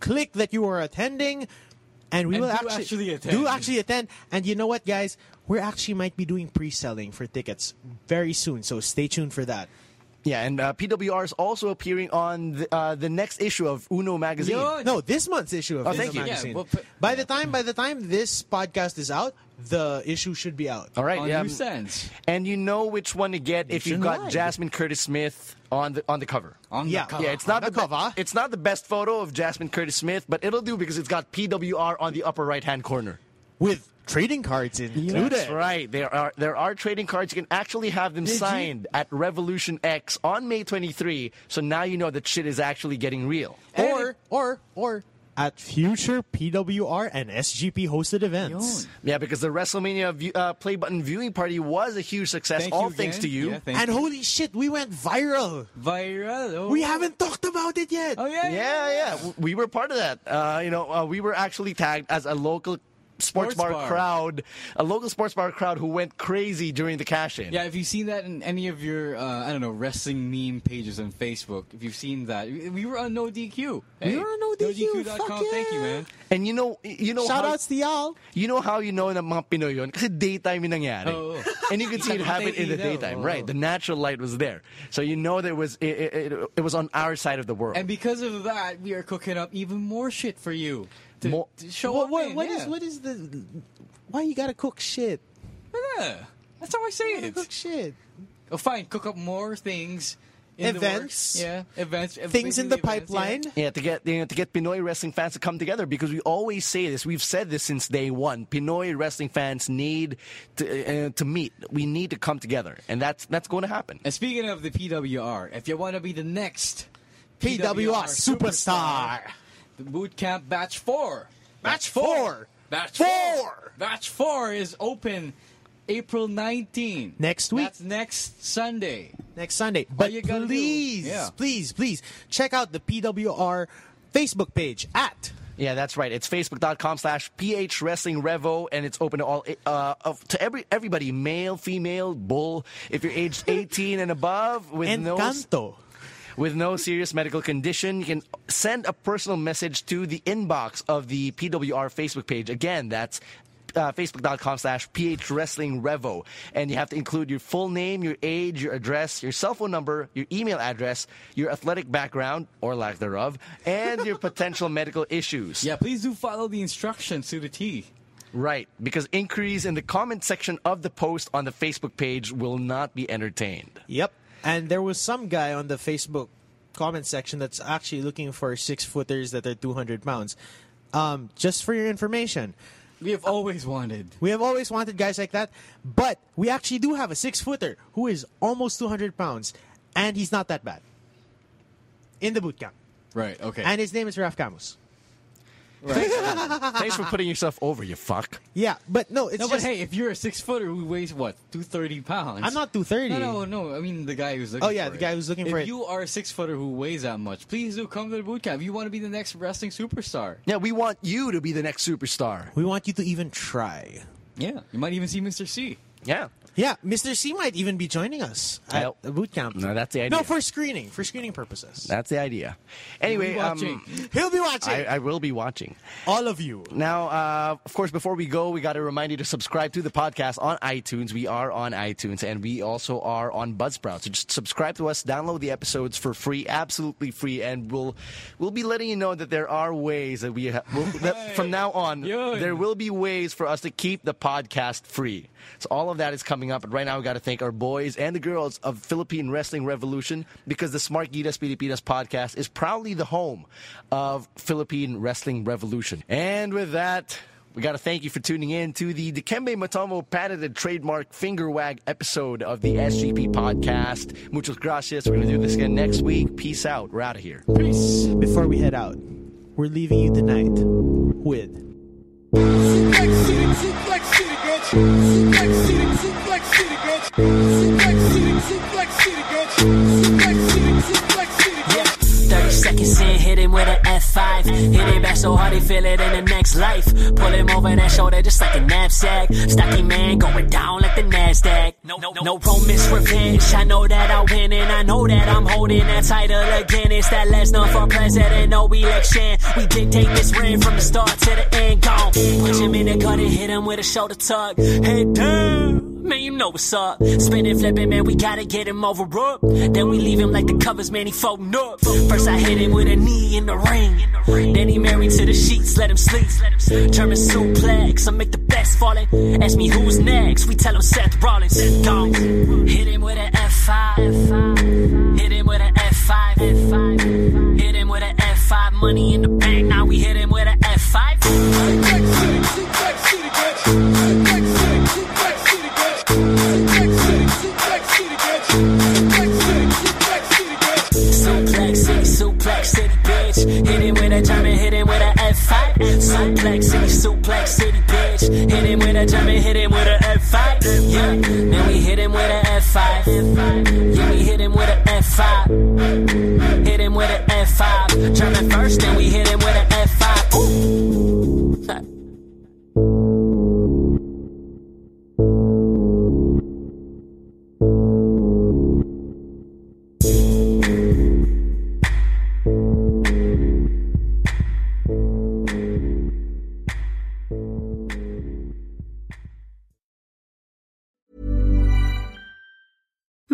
S2: Click that you are attending, and we
S3: And
S2: will
S3: do
S2: actually,
S3: actually attend.
S2: do actually attend. And you know what, guys? We actually might be doing pre-selling for tickets very soon, so stay tuned for that.
S1: Yeah, and uh, PWR is also appearing on the, uh, the next issue of Uno magazine.
S3: Yo,
S2: No, this month's issue of
S1: Oh,
S2: Uno
S1: thank you. Yeah,
S2: magazine.
S3: well, but-
S2: by the time by the time this podcast is out, the issue should be out.
S1: All right,
S3: on
S1: yeah.
S3: new stands
S1: And you know which one to get if you've got
S2: Nationwide.
S1: Jasmine Curtis Smith on the on the cover.
S3: on
S2: Yeah.
S3: the cover.
S1: yeah, it's not
S2: on the
S1: the,
S2: cover.
S1: Be- it's not the best photo of Jasmine Curtis Smith, but it'll do because it's got PWR on the upper right hand corner.
S2: With trading cards included.
S1: That's right. There are there are trading cards. You can actually have them
S3: you-
S1: signed at Revolution X on May 23. So now you know that shit is actually getting real.
S2: Or or or at future PWR and SGP hosted events.
S3: Yun.
S1: Yeah, because the WrestleMania view, uh, play button viewing party was a huge success.
S3: Thank
S1: all
S3: you
S1: thanks
S3: again.
S1: to you.
S3: Yeah, thank
S2: And holy shit, we went viral.
S3: viral. oh.
S2: We haven't talked about it yet.
S3: Oh yeah,
S1: yeah, yeah, w- We were part of that. Uh, you know, uh, we were actually tagged as a local. Sports,
S3: Sports
S1: bar,
S3: bar.
S1: crowd, a local sports bar crowd who went crazy during the cash in.
S3: Yeah, if you've seen that in any of your, uh, I don't know, wrestling meme pages on Facebook, if you've seen that, we we were on No DQ. Hey,
S2: were on No DQ, fuck
S3: NoDQ.com, Thank you,
S2: yeah.
S3: man.
S1: and you know, you know,
S2: Shout
S1: how,
S2: outs to y'all.
S1: you know how you know na mga Pinoy yun kasi daytime yung nangyari.
S3: Oo.
S1: And you could see it happen in the
S3: Kitang-kita,
S1: daytime,
S3: oo.
S1: right? The natural light was there, so you know that it was it, it, it, it was on our side of the world.
S3: And because of that, we are cooking up even more shit for you to,
S1: More-
S3: to show
S2: What,
S3: up.
S2: what,
S3: in,
S2: what
S3: yeah.
S2: is- what is the why you gotta cook shit?
S3: Yeah. That's how I say
S2: You gotta cook
S3: it.
S2: shit.
S3: Oh, fine, cook up more things. In
S2: Events.
S3: The works. Yeah, events. ev-
S2: Things in the
S3: basically events,
S2: pipeline.
S3: yeah.
S1: Yeah, to get you know, to get Pinoy wrestling fans to come together because we always say this. We've said this since day one. Pinoy wrestling fans need to uh, to meet. We need to come together, and that's that's going to happen.
S3: And speaking of the PWR, if you want to be the next
S2: PWR superstar.
S3: the boot camp batch four.
S2: Match four.
S3: Batch
S2: Four.
S3: four. Batch four is open April 19.
S2: Next week.
S3: That's next Sunday.
S2: next Sunday. But
S3: you gotta do-
S2: please,
S3: Yeah.
S2: please, please check out the PWR Facebook page at
S1: Yeah, that's right. It's facebook.com slash PH Wrestling Revo, and it's open to all uh, of, to every everybody, male, female, bull. If you're aged 18 and above, with no
S2: Encanto.
S1: with no serious medical condition, you can send a personal message to the inbox of the PWR Facebook page. Again, that's uh, facebook.com slash ph wrestling revo and you have to include your full name your age your address your cell phone number your email address your athletic background or lack thereof and your potential medical issues
S3: Yeah, please do follow the instructions to the T.
S1: right because inquiries in the comment section of the post on the facebook page will not be entertained
S2: Yep. And there was some guy on the Facebook comment section that's actually looking for six footers that are 200 pounds. Um, just for your information,
S3: We have always wanted.
S2: we have always wanted guys like that, but we actually do have a six footer who is almost 200 pounds, and he's not that bad in the boot camp.
S3: Right, okay.
S2: And his name is Raf Camus.
S1: thanks for putting yourself over you fuck
S2: Yeah, but no, it's
S3: no,
S2: just.
S3: but hey, if you're a six footer who weighs what, 230 pounds?
S2: I'm not 230.
S3: No, no, no. I mean, the guy who's looking
S2: Oh, yeah,
S3: for
S2: the
S3: it.
S2: guy who's looking
S3: if
S2: for it.
S3: If you are a six footer who weighs that much, please do come to the boot camp. You want to be the next wrestling superstar.
S1: yeah we want you to be the next superstar
S2: We want you to even try.
S3: Yeah. You might even see Mr. C.
S1: Yeah.
S2: Yeah, Mr. C might even be joining us at
S1: Yep.
S2: the boot camp.
S1: No, that's the idea.
S2: No, for screening, for screening purposes.
S1: That's the idea. Anyway,
S3: watching.
S1: um,
S2: He'll be watching.
S1: I, I will be watching.
S2: All of you.
S1: Now, uh, of course, before we go, we got to remind you to subscribe to the podcast on iTunes. We are on iTunes, and we also are on Buzzsprout. So just subscribe to us, download the episodes for free, absolutely free, and we'll we'll be letting you know that there are ways that we ha- we'll, that from now on
S3: Yun.
S1: there will be ways for us to keep the podcast free. So all of that is coming up, but right now we got to thank our boys and the girls of Philippine Wrestling Revolution because the Smart Gitas Pilipinas podcast is proudly the home of Philippine Wrestling Revolution. And with that, we got to thank you for tuning in to the Dikembe Matomo patented trademark finger wag episode of the SGP podcast. Muchas gracias. We're going to do this again next week. Peace out. We're out of here.
S2: Peace. Before we head out, we're leaving you tonight with
S5: Suplex City, Suplex City, bitch. Suplex City, Suplex City, bitch. Suplex City, Suplex City, bitch. Suplex City, Suplex City, bitch.
S6: 30 seconds in, hit him with an F5. Hit it back so hard he feel it in the next life. Pull him over that shoulder just like a knapsack. Stocky man going down like the Nasdaq. No, no, no, no romance revenge. I know that I win and I know that I'm holding that title again. It's that Lesnar for president, no election. We dictate this reign from the start to the end. Gone. Punch him in the gut and hit him with a shoulder tug. Head down. Man, you know what's up. Spinning, flipping, man, we gotta get him over up. Then we leave him like the covers, man, he folding up. First, I hit him with a knee in the ring. Then he married to the sheets, let him sleep. German suplex, I make the best falling. Ask me who's next, we tell him Seth Rollins. Gone. Hit him with an F5. Hit him with an F5. F5. Hit him with an F5. Money in the bank, now we hit him with an F5.
S5: Suplex City, Suplex City, bitch. Suplex City, Suplex City, bitch. Suplex City, Suplex City, bitch. Suplex City, Suplex City, bitch.
S6: Suplex City, suplex City, bitch. Hit him with a German, hit him with a F5. Suplex City, suplex City, bitch. Hit him with a German, hit him with a F5. Yeah, then we hit him with a F5. Yeah, we hit him with a F5. Hit him with a F5. German first, then we hit him with a F5. Ooh.